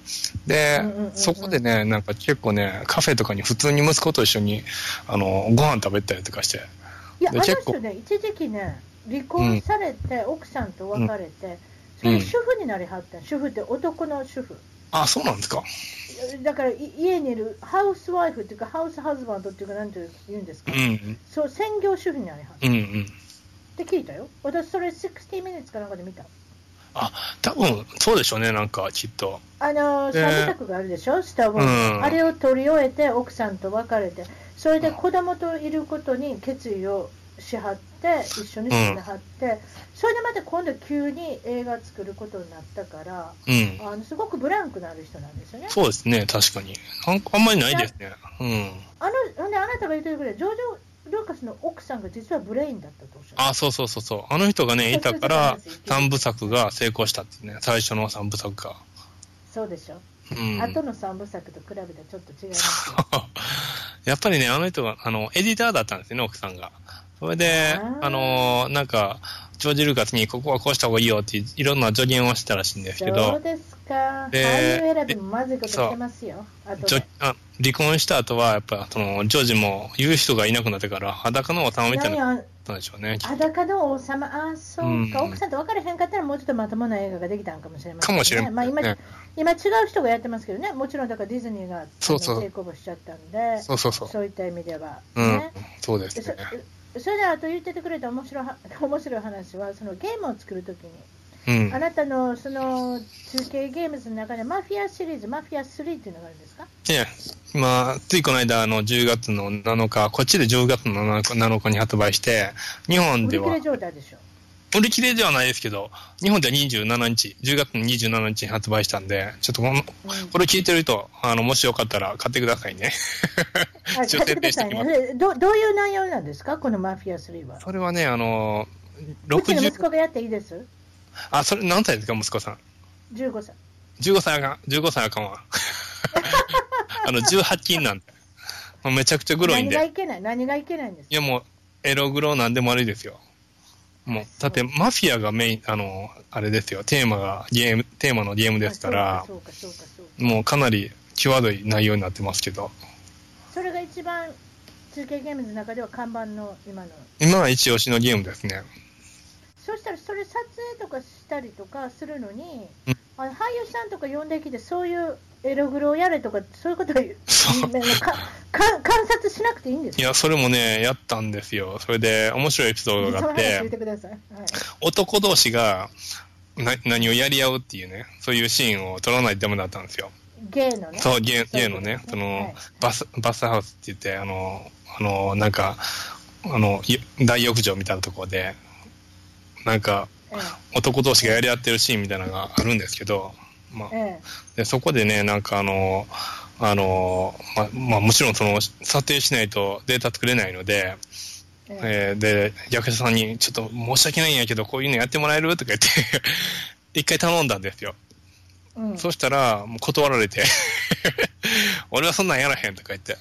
で
うんうんうんうん、
そこでね、なんか結構ね、カフェとかに普通に息子と一緒に、あの、ご飯食べたりとかして。
いや、あ
で
の
結構
人ね、一時期ね、離婚されて、奥さんと別れて、それで主婦になりはったん主婦って男の主婦。
あ、そうなんですか
だから、い家にいるハウスワイフっていうか、ハウスハズバンドっていうか、なんて言うんです
う
か、
ん、
そう、専業主婦になりはった。
うん、うん。
って聞いたよ。私、それ60 minutes かなんかで見た。
多分、そうでしょうね、なんか、きっと。
あのー、
ね
三部作があるでしょ、スター・ウォーズ、
うん
あれを取り終えて、奥さんと別れて、それで子供といることに決意をしはって、一緒に住んではって、それでまた今度、急に映画作ることになったから、
うん。
あのすごくブランクのある人なんですよね。
そうですね、確かに。なんあんまりないですね。うん。
あのほんであなたが言ってるぐらい、ジョージ・ルーカスの奥さんが実はブレインだったとおっしゃる。
あ、そうそうそうそう。あの人がね、いたから、三部作が成功したってね、最初の三部作が。
そうでしょ、
うん。
後の三部作と比べたらちょっと違いますよ。
(laughs) やっぱりね、あの人が、あの、エディターだったんですよね、奥さんが。それで
あ、ー
あの、なんか、ジョージ・ルーカスに、ここはこうした方がいいよって、いろんな助言をしてたらしいんです
そ
け
う
ど、
ですか。
で
俳優選びもまずいことしてますよ。あと
ちょあ離婚した後は、やっぱ、その、ジョージも言う人がいなくなってから、裸の王様みたいになっ
何を
たんでしょうね。
裸の王様、ああ、そうか、
うん
奥さんと別れへんかったら、もうちょっとまともな映画ができたんかもしれません、ね。
かもしれん
まあ今、
ね
今違う人がやってますけどね、もちろんだからディズニーがあの
そうそう
手こぼしちゃったんで、
そうそうそう。
そういった意味では。
うん
ね、
そうです
でそ
ね。
それであと言っててくれた面白は面白い話は、そのゲームを作るときに、
うん
あ。なたのその中継ゲームズの中で、マフィアシリーズ、マフィア3っていうのがあるんですか
ね、今、ついこの間、あの、10月の7日、こっちで10月の7日 ,7 日に発売して、日本
売
で
り切
は
れ、状態でしょ。
売り切れではないですけど、日本では27日、10月の27日に発売したんで、ちょっとこの、
うん
これ聞いてる人、あの、もしよかったら買ってくださいね。
あ
一
買
応
ってく
設定
だ
して
さ
お
い
き
ね。
ます。
でどどういう内容なんですか、このマフィア3は。
それはね、あの、
うちの息
60、
子がやっていいです。
あ、それ何歳ですか、息子さん。
15歳。
15歳あかん、15歳あかんわ。 (laughs) あの、18金なんで。もうめちゃくちゃグロいん
何
で
が。いけない、何がいけないんです
い
か。
やもう、エログロなんでもあれですよ。もう、だってマフィアがメイン、あの、あれですよ、テーマがゲーム、テーマのゲームですから
あ、そうか、そうか、そうか、そうか。
もうかなり際どい内容になってますけど、
それが一番中継ゲームズの中では看板の今の。
今は一押しのゲームですね。
そうしたら、それ撮影とかしたりとかするのに
うん、
あの俳優さんとか呼んできて、そういうエログロをやれとか、そういうことは言う
そう
ねかか観察しなくていいんです
い
よ。
や、それもね、やったんですよ。それで、面白いエピソ
そ
ード
の
があっ
話言って
て、
ください。 (laughs) はい、
男同士が、な何をやり合うっていうね、そういうシーンを撮らないとダメだったんですよ。
ゲイのね。
そう、ゲー
そうい
ゲ
う
ー
こ
の
と
ね、
です
そ
ねは
の
い、
バス、バスハウスって言って、あの、あの、なんか、あの、ゆ大浴場みたいなところで、なんか、
え
男同士がやり合ってるシーンみたいなのがあるんですけど、まあ
え、ええ
でそこでね、なんかあの、あの、ま、まあ、もちろんその、査定しないとデータ作れないので、
ええ
えーで、役者さんに、ちょっと申し訳ないんやけど、こういうのやってもらえるとか言って、 (laughs) 一回頼んだんですよ。
うん
そしたら、もう断られて、 (laughs) 俺はそんなんやらへんとか言って、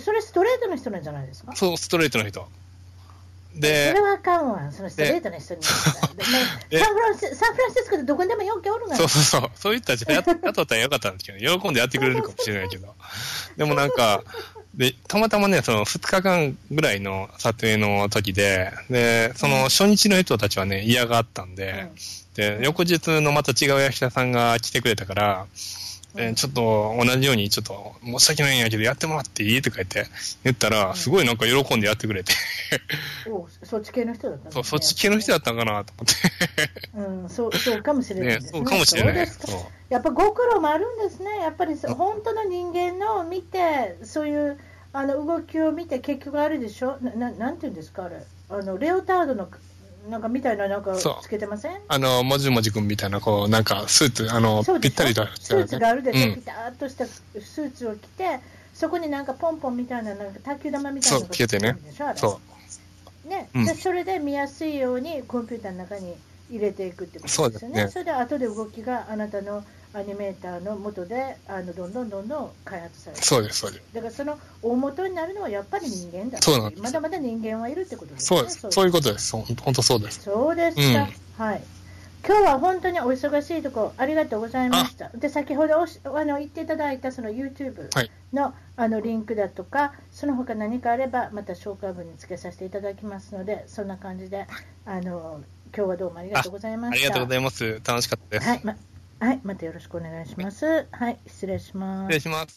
それストレートの人なんじゃないですか
そう、ストレートの人。
そ
で
れ、はあかんわ、そのストレートな人に言ったら。でもう
え
サンフランシスサンフランシスコでどこにでもよくおるが
そうそうそう、そういった時代や (laughs) っやっとったらよかったんですけど、喜んでやってくれるかもしれないけど、でもなんか、でたまたまね、その2日間ぐらいの撮影の時で、で、その初日の人たちはね、嫌がったんで、で、翌日のまた違う役者さんが来てくれたから、えーちょっと同じように、ちょっと申し訳ないんやけど、やってもらっていいとか言って、言ったら、すごいなんか喜んでやってくれて、
うんおそっち系の人だったんですね
そうそっち系の人だったんかなと思っ、
うん、そうそうかもしてれない
ね、
です
そうかもしれな
そう
い。
ですか
そう
やっぱご苦労もあるんですね、やっぱりそう本当の人間のを見て、そういうあの動きを見て、結局あれでしょ、なななんていうんですか、あれ、あのレオタードのなんかみたいな、なんか
そう
つけてません
あの、もじもじくんみたいな、こう、なんか、スーツ、あの
そう、で
ぴっ
す
たりと。
スーツがあるでしょ、
うん
ピタッとしたスーツを着て、そこになんかポンポンみたいな、なんか卓球玉みたいなの
そう
が
着ててね
ついるでしょあれ
そ
ね、
うん
でそれで見やすいようにコンピューターの中に入れていくってことですよね。そ
そうです
れ
ね
で後で動きがあなたのアニメーターの元であのどんどんどんどん開発され
う、
る。
そうです、そうです。
だからその大元になるのはやっぱり人間だ。
そうなんです
まだまだ人間はいるってことですね。
そうです。そういうことです。そうほん本当そうです。
そうですか、はい。今日は本当にお忙しいところありがとうございました。で、先ほどおしあの言っていただいたその YouTube
はい
の,、あのリンクだとか、その他何かあれば、また紹介文につけさせていただきますので、そんな感じで、あの今日はどうもありがとうございま
あ
し
り
た。
がとうございます。楽しかったです。
はいまはい、またよろしくお願いします。はい、失礼します
失礼。します。